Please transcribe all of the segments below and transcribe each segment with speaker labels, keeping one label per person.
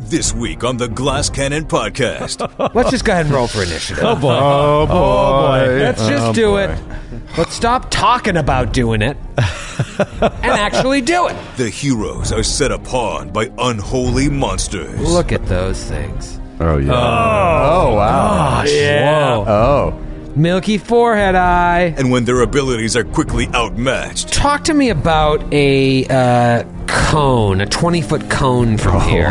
Speaker 1: This week on the Glass Cannon Podcast.
Speaker 2: Let's just go ahead and roll for initiative.
Speaker 3: Oh boy.
Speaker 4: Oh boy.
Speaker 2: Let's just
Speaker 4: Oh,
Speaker 2: do
Speaker 4: boy.
Speaker 2: it. Let's stop talking about doing it and actually do it.
Speaker 1: the heroes are set upon by unholy monsters.
Speaker 2: Look at those things.
Speaker 4: Oh yeah. Oh, wow.
Speaker 2: Gosh. Whoa.
Speaker 4: Oh.
Speaker 2: Milky forehead eye.
Speaker 1: And when their abilities are quickly outmatched,
Speaker 2: Talk to me about a uh, cone, a 20 foot cone from here.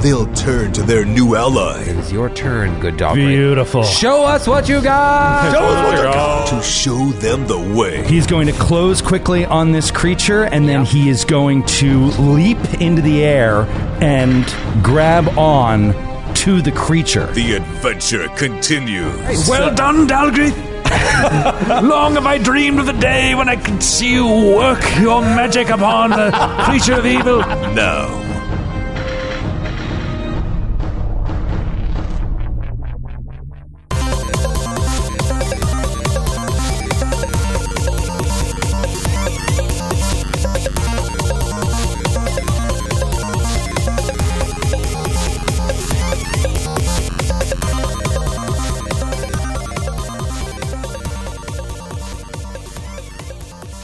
Speaker 1: they'll turn to their new ally
Speaker 2: It's your turn, good dog. Ray.
Speaker 3: Beautiful.
Speaker 2: Show us what you got.
Speaker 1: to show them the way.
Speaker 3: He's going to close quickly on this creature, and then he is going to leap into the air and grab on to the creature.
Speaker 1: The adventure continues.
Speaker 5: Well done, Dalgrith. Long have I dreamed of the day when I could see you work your magic upon the creature of evil.
Speaker 1: Now,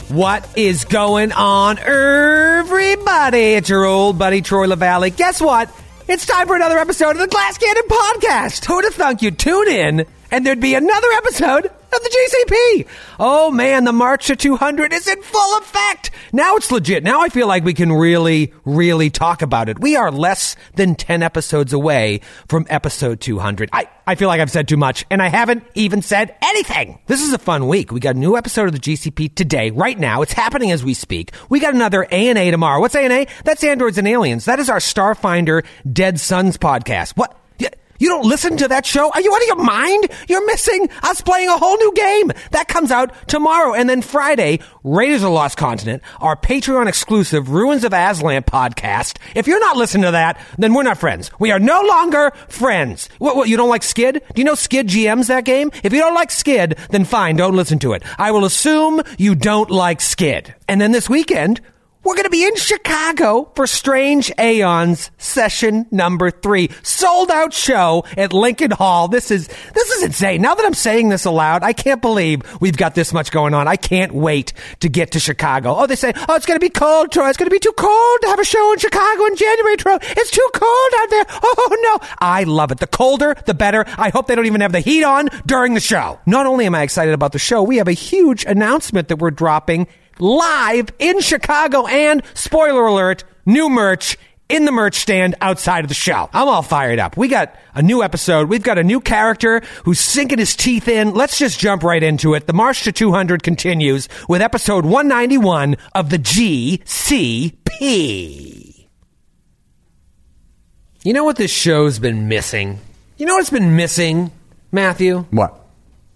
Speaker 2: What is going on, everybody? It's your old buddy Troy LaValle. Guess what? It's time for another episode of the Glass Cannon Podcast. Who'd have thunk you'd tune in and there'd be another episode of the GCP? Oh man, the March to 200 is in full effect. Now it's legit. Now I feel like we can really, really talk about it. We are less than 10 episodes away from episode 200. I, I feel like I've said too much and I haven't even said anything. This is a fun week. We got a new episode of the GCP today, right now. It's happening as we speak. We got another A&A tomorrow. What's A&A? That's Androids and Aliens. That is our Starfinder Dead Sons podcast. What? Y- You don't listen to that show? Are you out of your mind? You're missing us playing a whole new game. That comes out tomorrow. And then Friday, Raiders of the Lost Continent, our Patreon exclusive Ruins of Aslan podcast. If you're not listening to that, then we're not friends. We are no longer friends. What, what, you don't like Skid? Do you know Skid GM's that game? If you don't like Skid, then fine, don't listen to it. I will assume you don't like Skid. And then this weekend, we're going to be in Chicago for Strange Aeons session number three. Sold out show at Lincoln Hall. This is, this is insane. Now that I'm saying this aloud, I can't believe we've got this much going on. I can't wait to get to Chicago. Oh, they say, oh, it's going to be cold, Troy. It's going to be too cold to have a show in Chicago in January, Troy. It's too cold out there. Oh, no. I love it. The colder, the better. I hope they don't even have the heat on during the show. Not only am I excited about the show, we have a huge announcement that we're dropping live in Chicago and spoiler alert, new merch in the merch stand outside of the show. I'm all fired up. We got a new episode. We've got a new character who's sinking his teeth in. Let's just jump right into it. The March to 200 continues with episode 191 of the GCP. You know what this show's been missing? You know what's been missing, Matthew?
Speaker 4: What?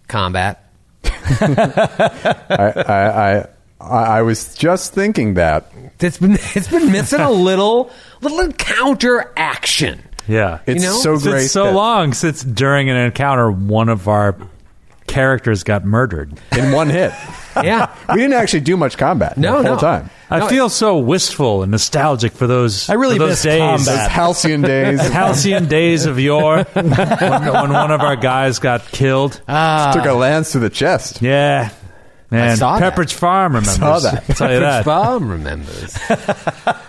Speaker 2: Combat.
Speaker 4: I, I, I, I I was just thinking that.
Speaker 2: It's been it's been missing a little little encounter action.
Speaker 5: Yeah.
Speaker 4: It's
Speaker 2: know?
Speaker 4: so
Speaker 5: It's been
Speaker 4: great.
Speaker 5: so
Speaker 4: that
Speaker 5: long since during an encounter one of our characters got murdered.
Speaker 4: In one hit.
Speaker 2: Yeah.
Speaker 4: we didn't actually do much combat
Speaker 2: No,
Speaker 4: the whole
Speaker 2: no.
Speaker 4: time.
Speaker 5: I
Speaker 2: No,
Speaker 5: feel so wistful and nostalgic for those.
Speaker 3: I really
Speaker 5: for those
Speaker 3: miss
Speaker 5: days.
Speaker 3: combat.
Speaker 4: Those halcyon days
Speaker 5: Halcyon days of yore, when, when one of our guys got killed.
Speaker 4: took a lance to the chest.
Speaker 5: yeah, man.
Speaker 2: saw that.
Speaker 5: Pepperidge Farm remembers.
Speaker 4: saw that.
Speaker 5: I'll tell you that.
Speaker 2: Farm remembers.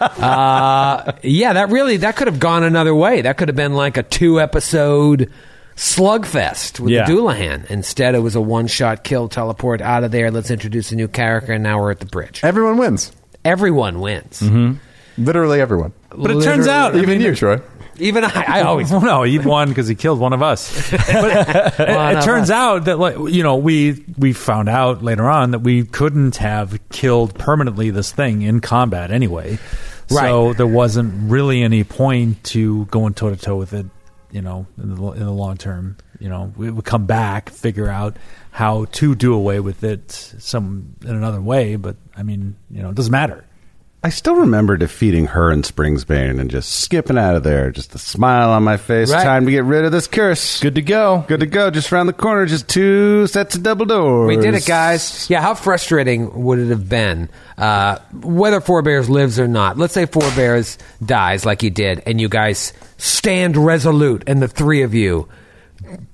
Speaker 2: uh, yeah, that really that could have gone another way. That could have been like a two episode slugfest with
Speaker 5: Yeah.
Speaker 2: the Doulahan. Instead, it was a one shot kill, teleport out of there. Let's introduce a new character, and now we're at the bridge.
Speaker 4: Everyone wins.
Speaker 2: Everyone wins.
Speaker 5: Mm-hmm.
Speaker 4: Literally everyone.
Speaker 5: But it turns out, I
Speaker 4: Even
Speaker 5: mean,
Speaker 4: you, Troy.
Speaker 2: Even I, I always.
Speaker 5: Well, no, he won because he killed one of us. But it,
Speaker 2: One
Speaker 5: it
Speaker 2: of
Speaker 5: turns out that, like, you know, we we found out later on that we couldn't have killed permanently this thing in combat anyway. So
Speaker 2: Right.
Speaker 5: there wasn't really any point to going toe to toe with it. You know, in the, in the long term, you know, we would come back, figure out how to do away with it some in another way. But I mean, you know, it doesn't matter.
Speaker 6: I still remember defeating her in Springsbane and just skipping out of there, just a smile on my face.
Speaker 2: Right.
Speaker 6: Time to get rid of this curse.
Speaker 3: Good to go.
Speaker 6: Good to go. Just around the corner, just two sets of double doors.
Speaker 2: We did it, guys. Yeah, how frustrating would it have been uh, whether Four Bears lives or not? Let's say Four Bears dies like he did, and you guys stand resolute, and the three of you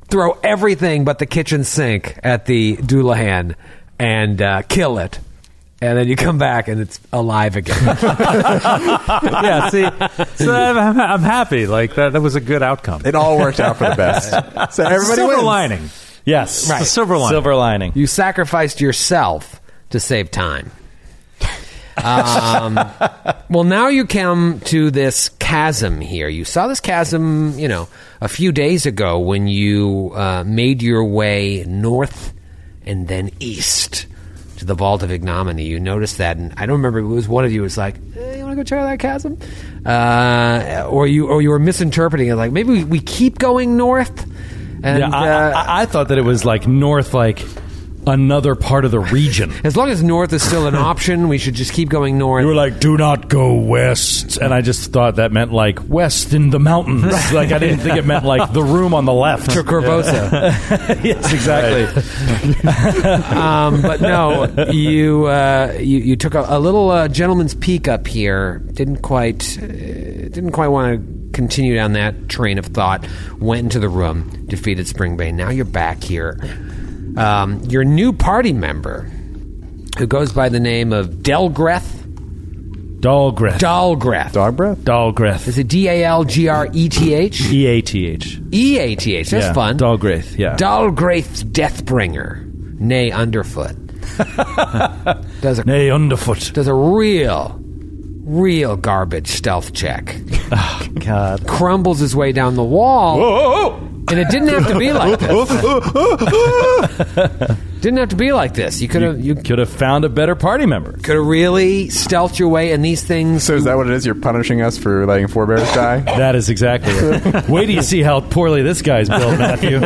Speaker 2: throw everything but the kitchen sink at the Doulahan and uh, kill it. And then you come back and it's alive again.
Speaker 5: yeah, see, so I'm, I'm- I'm happy. Like that, that was a good outcome.
Speaker 4: It all worked out for the best. So everybody
Speaker 5: silver
Speaker 4: wins.
Speaker 5: lining.
Speaker 3: Yes.
Speaker 5: Right. Silver lining.
Speaker 3: Silver lining.
Speaker 2: you sacrificed yourself to save time. um, well, now you come to this chasm here. You saw this chasm, you know, a few days ago when you uh, made your way north and then east to the Vault of Ignominy. You noticed that, and I don't remember. It was one of you was like, eh, "You want to go try that chasm?" Uh, or you, or you were misinterpreting it. Like maybe we, we keep going north. And,
Speaker 3: Yeah, I,
Speaker 2: uh,
Speaker 3: I, I thought that it was like north, like another part of the region.
Speaker 2: As long as north is still an option, we should just keep going north.
Speaker 3: You were like, "Do not go west," and I just thought that meant like west in the mountains. Like I didn't think it meant like the room on the left.
Speaker 2: to Corvosa.
Speaker 3: yes, exactly.
Speaker 2: um, but no, you, uh, you you took a, a little uh, gentleman's peek up here. Didn't quite uh, didn't quite want to continue down that train of thought. Went into the room, defeated Springbane. Now you're back here. Um, your new party member, who goes by the name of Delgreth
Speaker 3: Dalgreth.
Speaker 2: Dalgreth.
Speaker 4: Dog breath.
Speaker 3: Dalgreth.
Speaker 2: is it D A L G R E T H?
Speaker 3: E A T H.
Speaker 2: E A T H. That's
Speaker 3: Yeah.
Speaker 2: fun.
Speaker 3: Dalgreth. Yeah.
Speaker 2: Dalgraith's Deathbringer, nay Underfoot, does a
Speaker 3: Nay, underfoot.
Speaker 2: does a real, real garbage stealth check.
Speaker 3: God.
Speaker 2: Crumbles his way down the wall, and it didn't have to be like this. didn't have to be like this. You could have you
Speaker 3: Could have found a better party member.
Speaker 2: could have really stealthed your way, and these things.
Speaker 4: So is that what it is? You're punishing us for letting forebears die?
Speaker 3: That is exactly it. Wait till you see how poorly this guy's built, Matthew.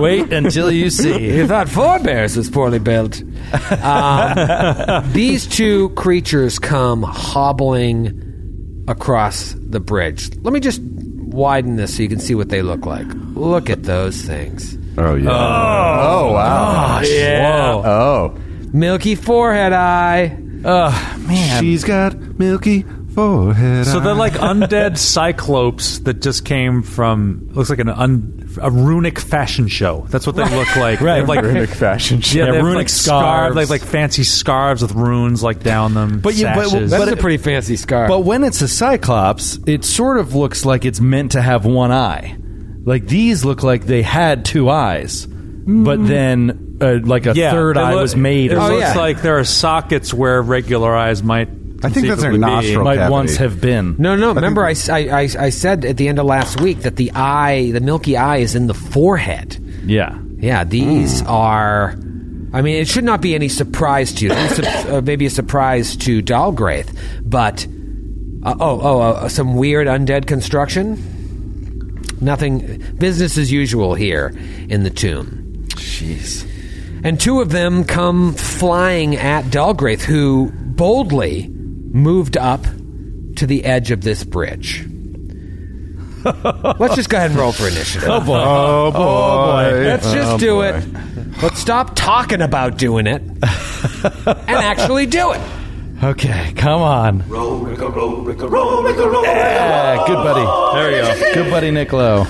Speaker 3: Wait until you see.
Speaker 2: You thought Four Bears was poorly built. Um, these two creatures come hobbling across the bridge. Let me just widen this so you can see what they look like. Look at those things.
Speaker 6: Oh, yeah.
Speaker 2: Uh.
Speaker 4: Oh wow.
Speaker 3: Yeah.
Speaker 4: Oh.
Speaker 2: Milky forehead eye.
Speaker 6: She's got milky forehead.
Speaker 5: So
Speaker 6: So
Speaker 5: they're like undead cyclops that just came from looks like an un, a runic fashion show. That's what they look like. They have, like
Speaker 4: Runic fashion.
Speaker 5: Yeah,
Speaker 3: Yeah,
Speaker 5: they have,
Speaker 3: runic
Speaker 5: like, scarves. They have
Speaker 3: scarves.
Speaker 5: like fancy scarves with runes like down them.
Speaker 3: But you- but-
Speaker 5: sashes.
Speaker 3: but-
Speaker 2: That's a pretty fancy scarf.
Speaker 3: But when it's a cyclops, it sort of looks like it's meant to have one eye. Like these look like they had two eyes, but then uh, like a
Speaker 5: yeah,
Speaker 3: third
Speaker 5: it
Speaker 3: eye
Speaker 5: loo-
Speaker 3: was made.
Speaker 5: It
Speaker 3: or
Speaker 5: looks
Speaker 2: yeah.
Speaker 5: like there are sockets where regular eyes might.
Speaker 6: I think that's their
Speaker 5: conceivably be.
Speaker 6: nostril.
Speaker 3: might
Speaker 6: cavity.
Speaker 3: once have been.
Speaker 2: no, no. Remember, I, s- I- I- I said at the end of last week that the eye, the milky eye, is in the forehead.
Speaker 3: Yeah.
Speaker 2: Yeah, these are. I mean, it should not be any surprise to you. It's a- uh, maybe a surprise to Dalgraith, but uh, oh, oh, uh, some weird undead construction. Nothing business as usual here in the tomb.
Speaker 3: Jeez.
Speaker 2: And two of them come flying at Dalgraith, who boldly moved up to the edge of this bridge. Let's just go ahead and roll for initiative.
Speaker 3: Oh boy. Oh boy.
Speaker 2: Let's
Speaker 4: Oh,
Speaker 2: just
Speaker 3: Oh,
Speaker 2: do it. Let's stop talking about doing it and actually do it.
Speaker 3: Okay, come on. Roll, Ricka, roll, Ricka, roll, Yeah, good buddy. There you go. Good buddy, Niccolo.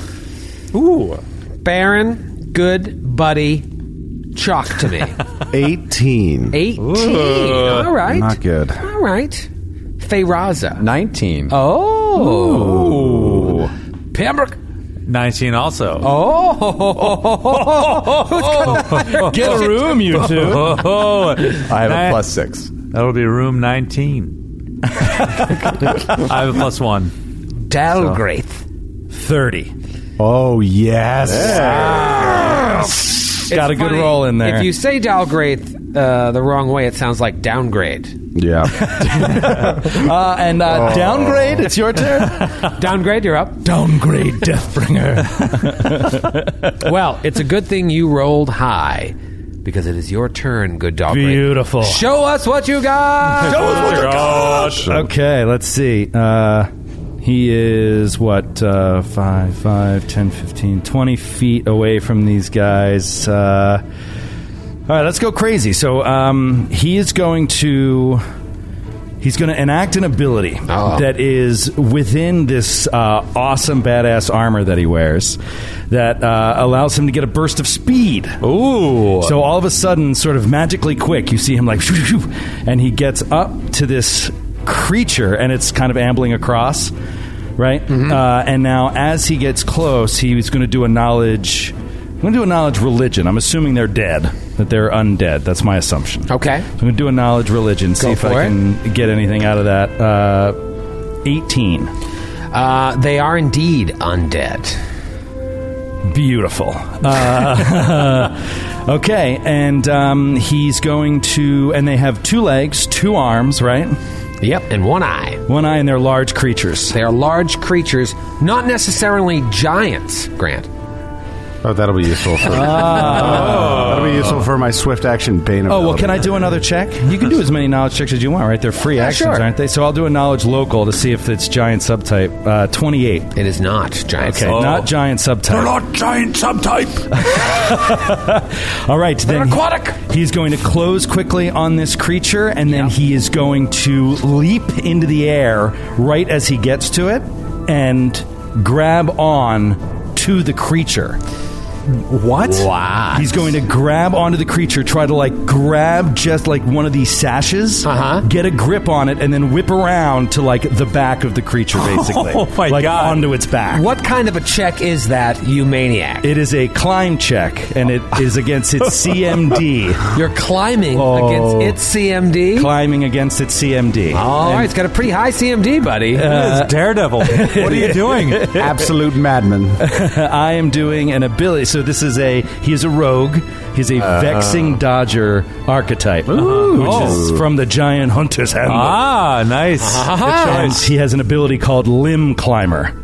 Speaker 2: Baron, good buddy, chalk to me.
Speaker 6: 18.
Speaker 2: 18. All right.
Speaker 6: Not good.
Speaker 2: All right. Feyraza.
Speaker 4: Nineteen.
Speaker 2: Oh. Pembroke.
Speaker 5: Nineteen also.
Speaker 3: Oh.
Speaker 2: Oh.
Speaker 3: Get a room, you two.
Speaker 4: I
Speaker 5: Oh,
Speaker 4: have
Speaker 5: Ni-
Speaker 4: a plus six.
Speaker 5: That'll be room nineteen. I have a plus one.
Speaker 2: Dalgraith.
Speaker 3: 30.
Speaker 6: Oh, yes.
Speaker 3: Got
Speaker 2: It's
Speaker 3: a good
Speaker 2: funny,
Speaker 3: roll in there.
Speaker 2: If you say Dalgraith uh, the wrong way, it sounds like downgrade.
Speaker 6: Yeah.
Speaker 3: uh, and uh, downgrade, it's your turn.
Speaker 2: Downgrade, you're up.
Speaker 3: downgrade, Deathbringer.
Speaker 2: Well, it's a good thing you rolled high because it is your turn, good dog. Raven.
Speaker 3: Beautiful.
Speaker 2: Show us what you got.
Speaker 5: Oh,
Speaker 3: Okay, let's see. Uh, he is, what, uh, 5, 5, 10, 15, 20 feet away from these guys. Uh, all right, let's go crazy. So um, he is going to. He's going to enact an ability
Speaker 2: Oh.
Speaker 3: that is within this uh, awesome badass armor that he wears that uh, allows him to get a burst of speed.
Speaker 2: Ooh.
Speaker 3: So all of a sudden, sort of magically quick, you see him like, shoo, shoo, shoo, and he gets up to this creature, and it's kind of ambling across, right?
Speaker 2: Mm-hmm.
Speaker 3: Uh, and now, as he gets close, he's going to do a knowledge. I'm going to do a knowledge religion. I'm assuming they're dead, that they're undead. That's my assumption.
Speaker 2: Okay.
Speaker 3: So I'm going to do a knowledge religion. See
Speaker 2: Go
Speaker 3: if
Speaker 2: for it.
Speaker 3: I can get anything out of that. Uh, 18.
Speaker 2: Uh, they are indeed undead.
Speaker 3: Beautiful. Uh, okay, and um, he's going to, and they have two legs, two arms, right?
Speaker 2: Yep, and one eye.
Speaker 3: One eye, and they're large creatures.
Speaker 2: They are large creatures, not necessarily giants, Grant.
Speaker 6: Oh, that'll be useful for.
Speaker 2: Ah.
Speaker 6: That'll be useful for my swift action bane.
Speaker 3: Oh well, can I do another check? You can do as many knowledge checks as you want, right? They're free actions,
Speaker 2: sure.
Speaker 3: aren't they? So I'll do a knowledge local to see if it's giant subtype. Uh, Twenty-eight.
Speaker 2: It is not giants.
Speaker 3: Okay, not giant subtype.
Speaker 1: Oh. giant subtype.
Speaker 3: All right, then he-
Speaker 2: aquatic.
Speaker 3: he's going to close quickly on this creature, and then he is going to leap into the air right as he gets to it and grab on to the creature.
Speaker 5: What?
Speaker 2: Wow.
Speaker 3: He's going to grab onto the creature, try to like grab just like one of these sashes,
Speaker 2: Uh-huh.
Speaker 3: get a grip on it, and then whip around to like the back of the creature, basically.
Speaker 5: Oh, my
Speaker 3: like,
Speaker 5: God.
Speaker 3: Onto its back.
Speaker 2: What kind of a check is that, you maniac?
Speaker 3: It is a climb check, and it is against its CMD.
Speaker 2: You're climbing
Speaker 3: Oh.
Speaker 2: against its CMD.
Speaker 3: Climbing against its CMD.
Speaker 2: All right, it's got a pretty high CMD, buddy.
Speaker 5: It's Daredevil. what are you doing?
Speaker 6: Absolute madman.
Speaker 3: I am doing an ability. So this is a he is a rogue. He's a
Speaker 5: Uh-huh.
Speaker 3: vexing dodger archetype, which is from the giant hunter's handbook.
Speaker 5: Oh. ah, nice. Ah.
Speaker 3: And he has an ability called limb climber,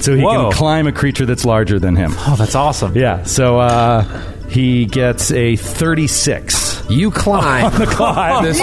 Speaker 3: so he
Speaker 5: Whoa.
Speaker 3: can climb a creature that's larger than him.
Speaker 5: Oh, that's awesome.
Speaker 3: Yeah. So uh, he gets a thirty-six.
Speaker 2: you climb. This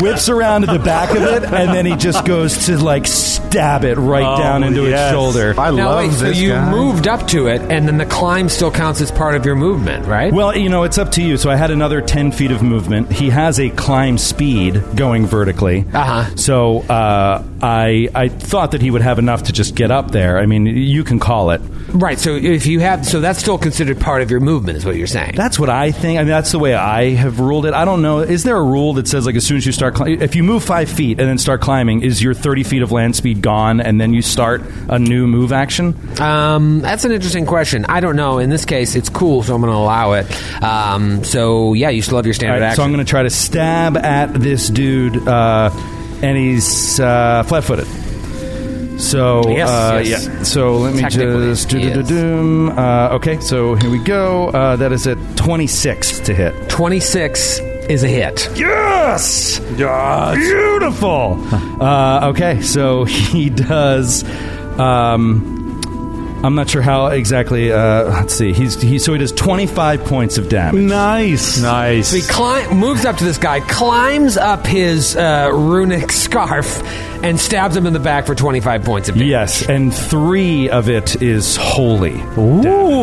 Speaker 3: Whips around to the back of it, and then he just goes to like stab it right
Speaker 5: Oh,
Speaker 3: down into
Speaker 5: yes.
Speaker 3: its shoulder.
Speaker 6: I
Speaker 2: Now
Speaker 6: love
Speaker 2: wait,
Speaker 6: this
Speaker 2: so you
Speaker 6: guy.
Speaker 2: moved up to it, and then the climb still counts as part of your movement, right?
Speaker 3: Well, you know, it's up to you. So I had another 10 feet of movement. He has a climb speed going vertically.
Speaker 2: Uh-huh.
Speaker 3: So uh, I, I thought that he would have enough to just get up there. I mean, you can call it.
Speaker 2: right. So if you have, so that's still considered part of your movement, is what you're saying.
Speaker 3: That's what I think. I mean, that's the way I have ruled it. I don't know. Is there a rule that says, like, as soon as you start climbing, if you move five feet and then start climbing, is your 30 feet of land speed gone and then you start a new move action?
Speaker 2: Um, that's an interesting question. I don't know. In this case, it's cool, so I'm going to allow it. Um, so yeah, you still have your standard
Speaker 3: All right, so
Speaker 2: action.
Speaker 3: I'm going to try to stab at this dude, uh, and he's uh, flat-footed. So
Speaker 2: Yes,
Speaker 3: uh,
Speaker 2: yes.
Speaker 3: yeah. So let me
Speaker 2: Technically,
Speaker 3: just do
Speaker 2: he
Speaker 3: do
Speaker 2: is.
Speaker 3: do uh, Okay, so here we go. Uh, that is at 26 to hit.
Speaker 2: 26 is a hit.
Speaker 3: Yes! Beautiful! uh, okay, so he does. Um, I'm not sure how exactly. Uh, let's see. He's he, so he does 25 points of damage.
Speaker 5: Nice. Nice.
Speaker 2: He cli- moves up to this guy, climbs up his uh, runic scarf, and stabs him in the back for 25 points of damage.
Speaker 3: Yes, and three of it is holy.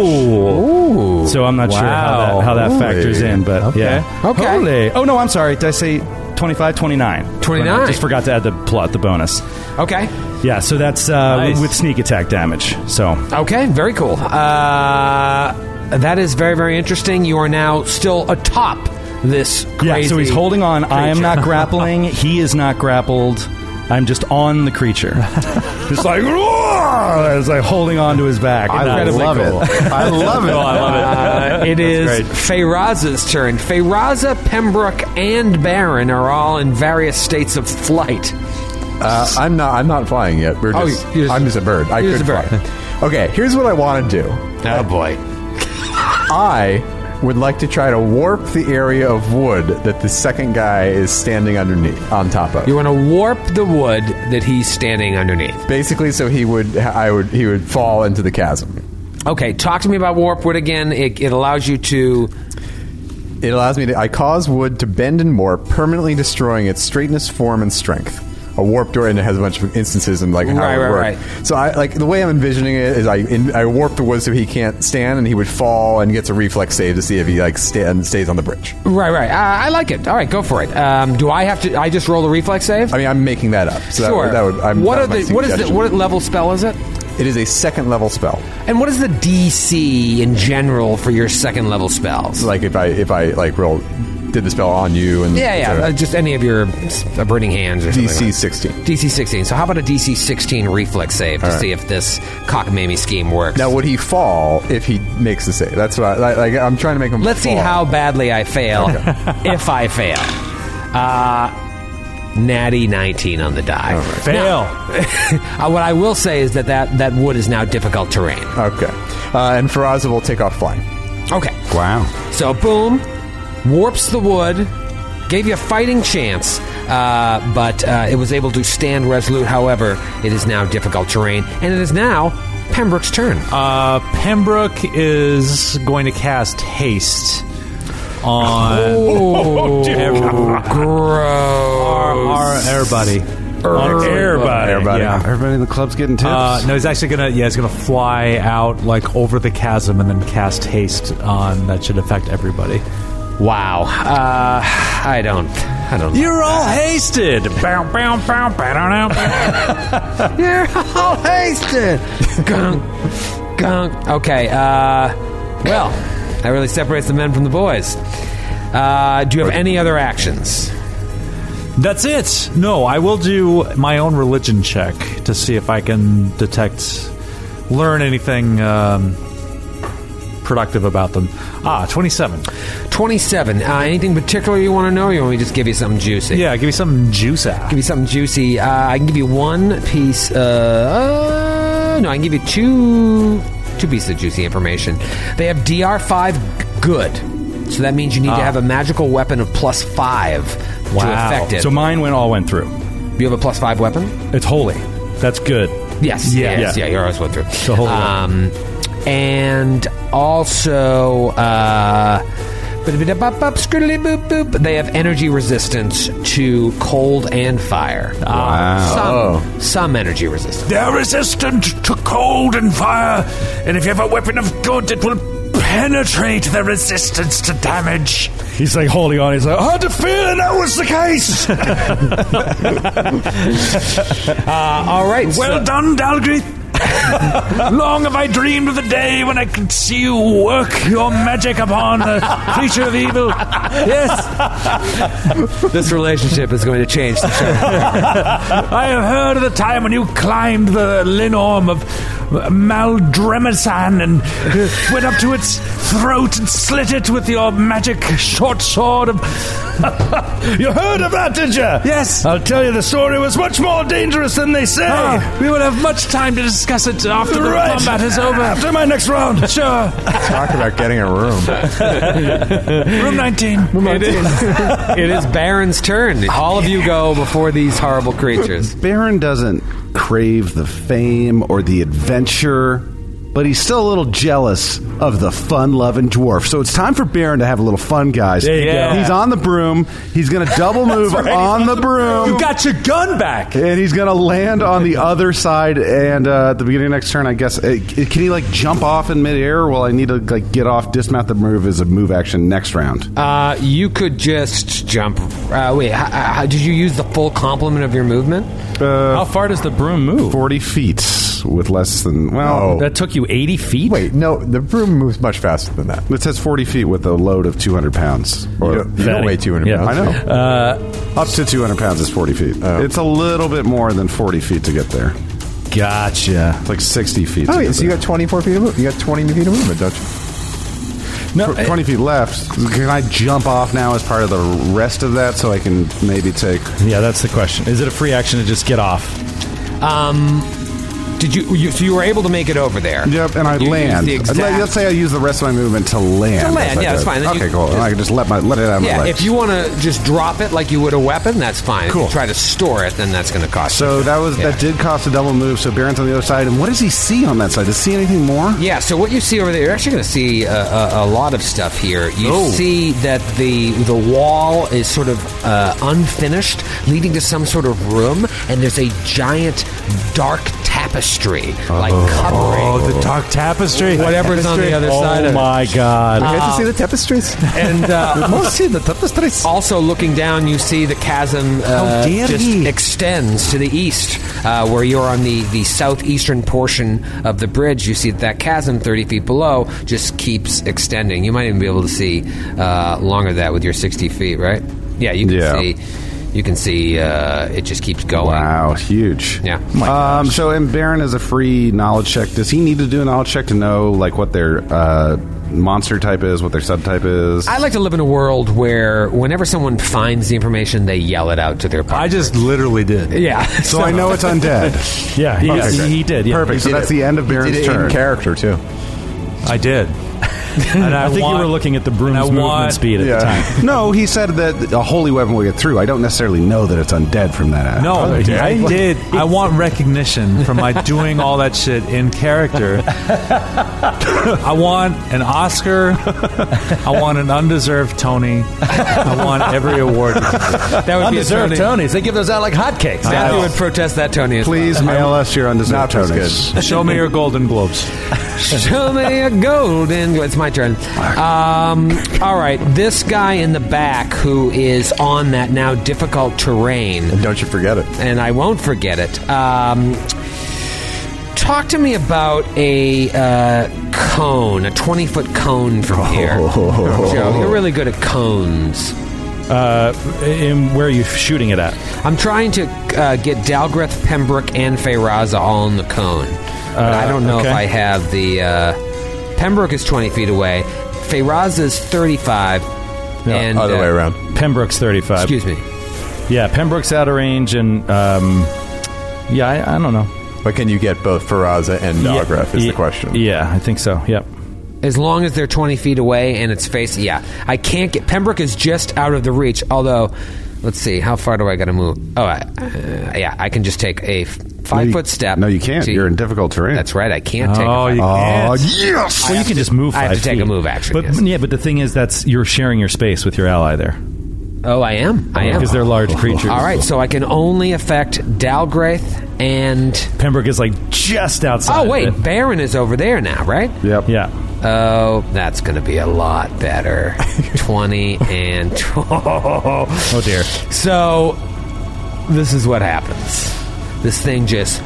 Speaker 2: Ooh.
Speaker 3: So I'm not sure how
Speaker 5: Wow.
Speaker 3: that, how that
Speaker 6: Holy.
Speaker 3: factors in, but yeah.
Speaker 2: Okay.
Speaker 3: Holy. Oh, no, I'm sorry. Did I say 25, 29?
Speaker 2: 29.
Speaker 3: I just forgot to add the plot, the bonus.
Speaker 2: Okay.
Speaker 3: Yeah, so that's uh,
Speaker 5: Nice.
Speaker 3: with sneak attack damage. So
Speaker 2: Okay. Very cool. Uh, that is very, very interesting. You are now still atop this
Speaker 3: Yeah,
Speaker 2: crazy.
Speaker 3: so he's holding on. I am
Speaker 2: creature.
Speaker 3: not grappling. he is not grappled. I'm just on the creature. just like, "Roar!" it's like holding on to his back.
Speaker 6: I
Speaker 3: Incredibly
Speaker 6: love
Speaker 3: cool.
Speaker 6: it. I love it.
Speaker 2: Uh, it is Feyraza's turn. Feyraza, Pembroke, and Baron are all in various states of flight.
Speaker 4: Uh, I'm not. I'm not flying yet. We're
Speaker 2: Oh,
Speaker 4: just,
Speaker 2: you're just-
Speaker 4: I'm just a bird. I
Speaker 2: you're
Speaker 4: could
Speaker 2: just a bird.
Speaker 4: fly. Okay, here's what I want to do.
Speaker 2: Oh boy!
Speaker 4: I would like to try to warp the area of wood that the second guy is standing underneath, on top of.
Speaker 2: You want to warp the wood that he's standing underneath.
Speaker 4: Basically, so he would. I would. He would fall into the chasm.
Speaker 2: Okay, talk to me about warp wood again. It, it allows you to
Speaker 4: It allows me to. I cause wood to bend and warp, permanently destroying its straightness, form, and strength. A warp door, and it has a bunch of instances and like how
Speaker 2: Right,
Speaker 4: it
Speaker 2: right,
Speaker 4: worked.
Speaker 2: right.
Speaker 4: So I like the way I'm envisioning it is I in, I warp the wood so he can't stand, and he would fall and gets a reflex save to see if he like stand, stays on the bridge.
Speaker 2: Right, right. Uh, I like it. All right, go for it. Um, do I have to? I just roll a reflex save.
Speaker 4: I mean, I'm making that up. So that
Speaker 2: sure.
Speaker 4: would- That, would. I'm,
Speaker 2: what
Speaker 4: that
Speaker 2: are
Speaker 4: was
Speaker 2: the?
Speaker 4: my
Speaker 2: What is the?
Speaker 4: suggestion.
Speaker 2: What level spell is it?
Speaker 4: It is a second level spell.
Speaker 2: And what is the DC in general for your second level spells?
Speaker 4: Like if I if I like roll did the spell on you and
Speaker 2: yeah, yeah.
Speaker 4: so-
Speaker 2: uh, just any of your uh, burning hands or something.
Speaker 4: DC
Speaker 2: like
Speaker 4: 16.
Speaker 2: that. DC 16. So how about a DC 16 reflex save to
Speaker 4: right.
Speaker 2: see if this cockamamie scheme works?
Speaker 4: Now, would he fall if he makes the save? That's what I, like, I'm trying to make him.
Speaker 2: Let's see
Speaker 4: fall.
Speaker 2: how badly I fail if I fail. Uh, natty 19 on the die.
Speaker 5: Fail.
Speaker 2: Uh, what I will say is that, that that wood is now difficult terrain.
Speaker 4: Okay, uh, and Faraza will take off flying.
Speaker 2: Okay.
Speaker 6: Wow.
Speaker 2: So boom, warps the wood, gave you a fighting chance, uh, but uh, it was able to stand resolute. However, it is now difficult terrain, and it is now Pembroke's turn.
Speaker 5: Uh, Pembroke is going to cast haste on Oh,
Speaker 2: gross.
Speaker 5: our everybody. On everybody.
Speaker 4: Everybody.
Speaker 5: Yeah.
Speaker 6: Everybody in the club's getting tips.
Speaker 5: Uh, no, he's actually gonna. Yeah, he's gonna fly out like over the chasm and then cast haste on. That should affect everybody.
Speaker 2: Wow. Uh, I don't. I don't.
Speaker 5: You're all hasted. Bow, bow, bow, bow, bow, bow.
Speaker 2: You're all hasted. gunk, gunk. Okay. Uh, well, that really separates the men from the boys. Uh, do you have any other actions?
Speaker 5: That's it. No, I will do my own religion check to see if I can detect, learn anything um, productive about them. Ah, twenty-seven.
Speaker 2: 27. Uh, anything particular you want to know, or you want me to just give you something juicy?
Speaker 5: Yeah, give me some juice out.
Speaker 2: Give you something juicy. Uh, I can give you one piece. Uh, uh, no, I can give you two two pieces of juicy information. They have DR5 good. So that means you need to have a magical weapon of plus five to affect it.
Speaker 3: So mine went all went through.
Speaker 2: you have a plus five weapon?
Speaker 3: It's holy. That's good.
Speaker 2: Yes.
Speaker 3: Yeah.
Speaker 2: Yes. Yeah.
Speaker 3: Yeah.
Speaker 2: You're always went through.
Speaker 3: The whole lot.
Speaker 2: um, and also, uh, boop boop. They have energy resistance to cold and fire. Um,
Speaker 6: Wow.
Speaker 2: Some, some energy resistance.
Speaker 7: They're resistant to cold and fire, and if you have a weapon of good, it will penetrate the resistance to damage.
Speaker 3: He's like holding on. He's like, oh,
Speaker 7: I had a feeling that was the case.
Speaker 2: Uh, all right. so-
Speaker 7: well done, Dalgrith. Long have I dreamed of the day when I could see you work your magic upon a creature of evil.
Speaker 2: yes. this relationship is going to change the show.
Speaker 7: I have heard of the time when you climbed the linorm of Maldremisan and uh, went up to its throat and slit it with your magic short sword of.
Speaker 3: you heard of that, did you?
Speaker 7: Yes.
Speaker 3: I'll tell you, the story was much more dangerous than they say.
Speaker 7: Ah, we will have much time to discuss it after the
Speaker 3: Right.
Speaker 7: combat is over.
Speaker 3: After my next round.
Speaker 7: Sure.
Speaker 4: Talk about getting a room.
Speaker 7: Room 19.
Speaker 2: It is, it is Baron's turn. All of you go before these horrible creatures.
Speaker 6: Baron doesn't crave the fame or the adventure, but he's still a little jealous of the fun loving dwarf. So it's time for Baron to have a little fun, guys.
Speaker 3: There you go.
Speaker 6: He's on the broom. He's going to double move on the broom.
Speaker 5: You got your gun back.
Speaker 6: and he's going to land on the other side. And uh, at the beginning of next turn, I guess, uh, can he like jump off in midair? Or will I need to like get off, dismount the move as a move action next round?
Speaker 2: Uh, you could just jump. Uh, wait, h- h- did you use the full complement of your movement?
Speaker 3: How far does the broom move?
Speaker 6: Forty feet with less than well.
Speaker 3: That took you 80 feet?
Speaker 4: Wait, no, the broom moves much faster than that.
Speaker 6: It says 40 feet with a load of 200 pounds.
Speaker 4: You
Speaker 6: Or
Speaker 4: don't, you don't
Speaker 3: Fatty.
Speaker 4: weigh 200
Speaker 3: Yeah.
Speaker 6: I
Speaker 4: pounds.
Speaker 6: know. Up to 200 pounds is 40 feet. It's a little bit more than 40 feet to get there.
Speaker 3: Gotcha.
Speaker 6: It's like 60 feet.
Speaker 4: Oh,
Speaker 6: to
Speaker 4: wait,
Speaker 6: get
Speaker 4: so you
Speaker 6: there.
Speaker 4: got 24 feet of movement. You got 20 feet of movement, don't you?
Speaker 3: No,
Speaker 6: Tw- 20 feet left. Can I jump off now as part of the rest of that so I can maybe take.
Speaker 3: yeah, that's the question. Is it a free action to just get off?
Speaker 2: Um, did you, you? So you were able to make it over there.
Speaker 6: Yep, and I
Speaker 2: You used
Speaker 6: land.
Speaker 2: the exact-
Speaker 6: Let- Let's say I use the rest of my movement to land.
Speaker 2: To land,
Speaker 6: as I
Speaker 2: yeah, that's
Speaker 6: did.
Speaker 2: fine. Then you
Speaker 6: Okay, cool.
Speaker 2: just-
Speaker 6: and I can just let my let it out of my
Speaker 2: Yeah,
Speaker 6: legs.
Speaker 2: if you want to just drop it like you would a weapon, that's fine. If
Speaker 6: Cool.
Speaker 2: you try to store it, then that's going to cost. you.
Speaker 6: so that was
Speaker 2: Yeah.
Speaker 6: that did cost a double move. So Baron's on the other side, and what does he see on that side? Does he see anything more?
Speaker 2: Yeah, so what you see over there, you're actually going to see a, a, a lot of stuff here. You see that the the wall is sort of uh, unfinished, leading to some sort of room, and there's a giant dark tapestry like covering.
Speaker 5: Oh, the dark tapestry.
Speaker 2: Whatever's on the other side
Speaker 3: Oh
Speaker 2: of it.
Speaker 3: my god!
Speaker 4: You guys see the tapestries?
Speaker 2: And uh,
Speaker 4: see the tapestries.
Speaker 2: also looking down, you see the chasm uh, just extends to the east, uh, where you're on the, the southeastern portion of the bridge. You see that, that chasm 30 feet below just keeps extending. You might even be able to see uh, longer that with your 60 feet, right? Yeah, you can
Speaker 6: Yeah.
Speaker 2: see. You can see uh, it just keeps going.
Speaker 6: Wow, huge.
Speaker 2: Yeah.
Speaker 6: Um, so, and Baron is a free knowledge check. Does he need to do a knowledge check to know like what their uh, monster type is, what their subtype is?
Speaker 2: I like to live in a world where whenever someone finds the information, they yell it out to their partner.
Speaker 5: I just literally did.
Speaker 2: yeah.
Speaker 6: so I know it's undead.
Speaker 3: yeah, he,
Speaker 6: Okay, great.
Speaker 3: he did. Yeah.
Speaker 6: Perfect. So that's the end of
Speaker 4: Did
Speaker 6: Baron's
Speaker 4: it in
Speaker 6: turn.
Speaker 4: character too?
Speaker 5: I did. And I,
Speaker 3: I think
Speaker 5: want-
Speaker 3: you were looking at the
Speaker 5: and I
Speaker 3: broom's movement
Speaker 5: want-
Speaker 3: speed at the time.
Speaker 6: no, he said that a holy weapon will get through. I don't necessarily know that it's undead from that. act.
Speaker 5: No,
Speaker 3: Oh, did
Speaker 5: I
Speaker 3: I?
Speaker 5: did. I want recognition for my doing all that shit in character. I want an Oscar. I want an undeserved Tony. I want every award.
Speaker 2: that would be a
Speaker 3: Undeserved
Speaker 2: Tony.
Speaker 3: Tonys. They give those out like hotcakes.
Speaker 2: Matthew would protest that, Tony. As
Speaker 6: Please mail us your undeserved
Speaker 4: Not as
Speaker 6: tokens.
Speaker 5: Show me your Golden Globes.
Speaker 2: Show me a golden. It's my turn. Um, all right, this guy in the back who is on that now difficult terrain,
Speaker 4: And don't you forget it.
Speaker 2: and I won't forget it. Um, talk to me about a uh, cone, a twenty-foot cone from here. Joe, you're really good at cones.
Speaker 3: Uh, in where are you shooting it at?
Speaker 2: I'm trying to uh, get Dalgreth, Pembroke, and Feyraza all in the cone. But I don't know
Speaker 3: okay.
Speaker 2: if I have the. Uh, Pembroke is 20 feet away. Feyraza is 35. and,
Speaker 4: Other
Speaker 2: uh,
Speaker 4: way around.
Speaker 3: Pembroke's thirty-five.
Speaker 2: Excuse me.
Speaker 3: Yeah, Pembroke's out of range, and um, yeah, I, I don't know.
Speaker 4: But can you get both Faraza and Dogref is
Speaker 3: Yeah,
Speaker 4: the question.
Speaker 3: Yeah, I think so. Yep.
Speaker 2: As long as they're 20 feet away and it's face. Yeah. I can't get. Pembroke is just out of the reach, although. Let's see. How far do I got to move? Oh, I, uh, yeah. I can just take a f-
Speaker 6: No,
Speaker 2: five
Speaker 6: you-
Speaker 2: foot step.
Speaker 6: No, you can't.
Speaker 2: to-
Speaker 6: You're in difficult terrain.
Speaker 2: That's right. I can't take.
Speaker 5: Oh,
Speaker 2: a five-
Speaker 5: you
Speaker 6: Oh,
Speaker 5: can't.
Speaker 6: yes.
Speaker 3: Well, you can just move.
Speaker 2: I have
Speaker 3: five
Speaker 2: to take a
Speaker 3: feet.
Speaker 2: move action,
Speaker 3: But
Speaker 2: yes.
Speaker 3: yeah, but the thing is, that's you're sharing your space with your ally there
Speaker 2: oh, I am. I am.
Speaker 3: because they're large creatures.
Speaker 2: All right, so I can only affect Dalgraith and.
Speaker 3: Pembroke is like just outside.
Speaker 2: Oh
Speaker 3: of
Speaker 2: wait,
Speaker 3: it.
Speaker 2: Baron is over there now, right?
Speaker 6: Yep.
Speaker 3: Yeah.
Speaker 2: Oh, that's going to be a lot better. Twenty and
Speaker 3: Oh dear.
Speaker 2: so, this is what happens. This thing just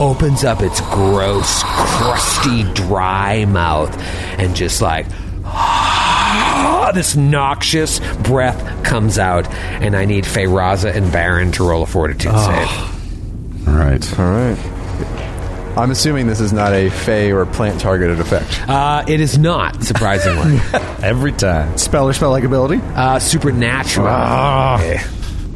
Speaker 2: opens up its gross, crusty, dry mouth and just like. ah, this noxious breath comes out, and I need Feyraza and Baron to roll a fortitude save.
Speaker 6: All right.
Speaker 4: All right. I'm assuming this is not a fey or plant targeted effect.
Speaker 2: Uh, it is not, surprisingly.
Speaker 3: Every
Speaker 4: Uh,
Speaker 3: time.
Speaker 6: Spell or spell like ability?
Speaker 2: uh, supernatural.
Speaker 6: Ah.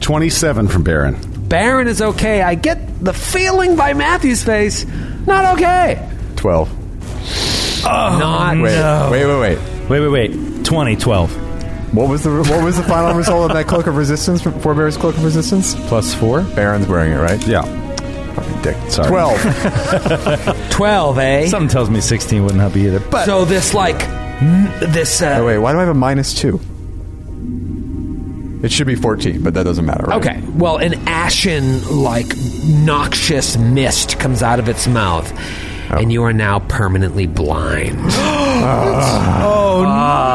Speaker 6: 27 from Baron.
Speaker 2: Baron is okay. I get the feeling by Matthew's face. Not okay.
Speaker 4: 12.
Speaker 2: not.
Speaker 4: Wait, wait, wait, wait.
Speaker 3: Wait, wait, wait. 20, 12.
Speaker 4: What was the what was the final result of that cloak of resistance from Four Bears cloak of resistance?
Speaker 3: Plus four?
Speaker 4: Baron's wearing it, right?
Speaker 6: Yeah.
Speaker 4: Dick. Sorry. 12.
Speaker 2: 12, eh?
Speaker 3: Something tells me 16 wouldn't help you either. But
Speaker 2: so this, like, n- this. Uh,
Speaker 4: oh, wait, why do I have a minus 2? It should be 14, but that doesn't matter, right?
Speaker 2: Okay. Well, an ashen, like, noxious mist comes out of its mouth,
Speaker 3: Oh.
Speaker 2: and you are now permanently blind. oh,
Speaker 3: Oh,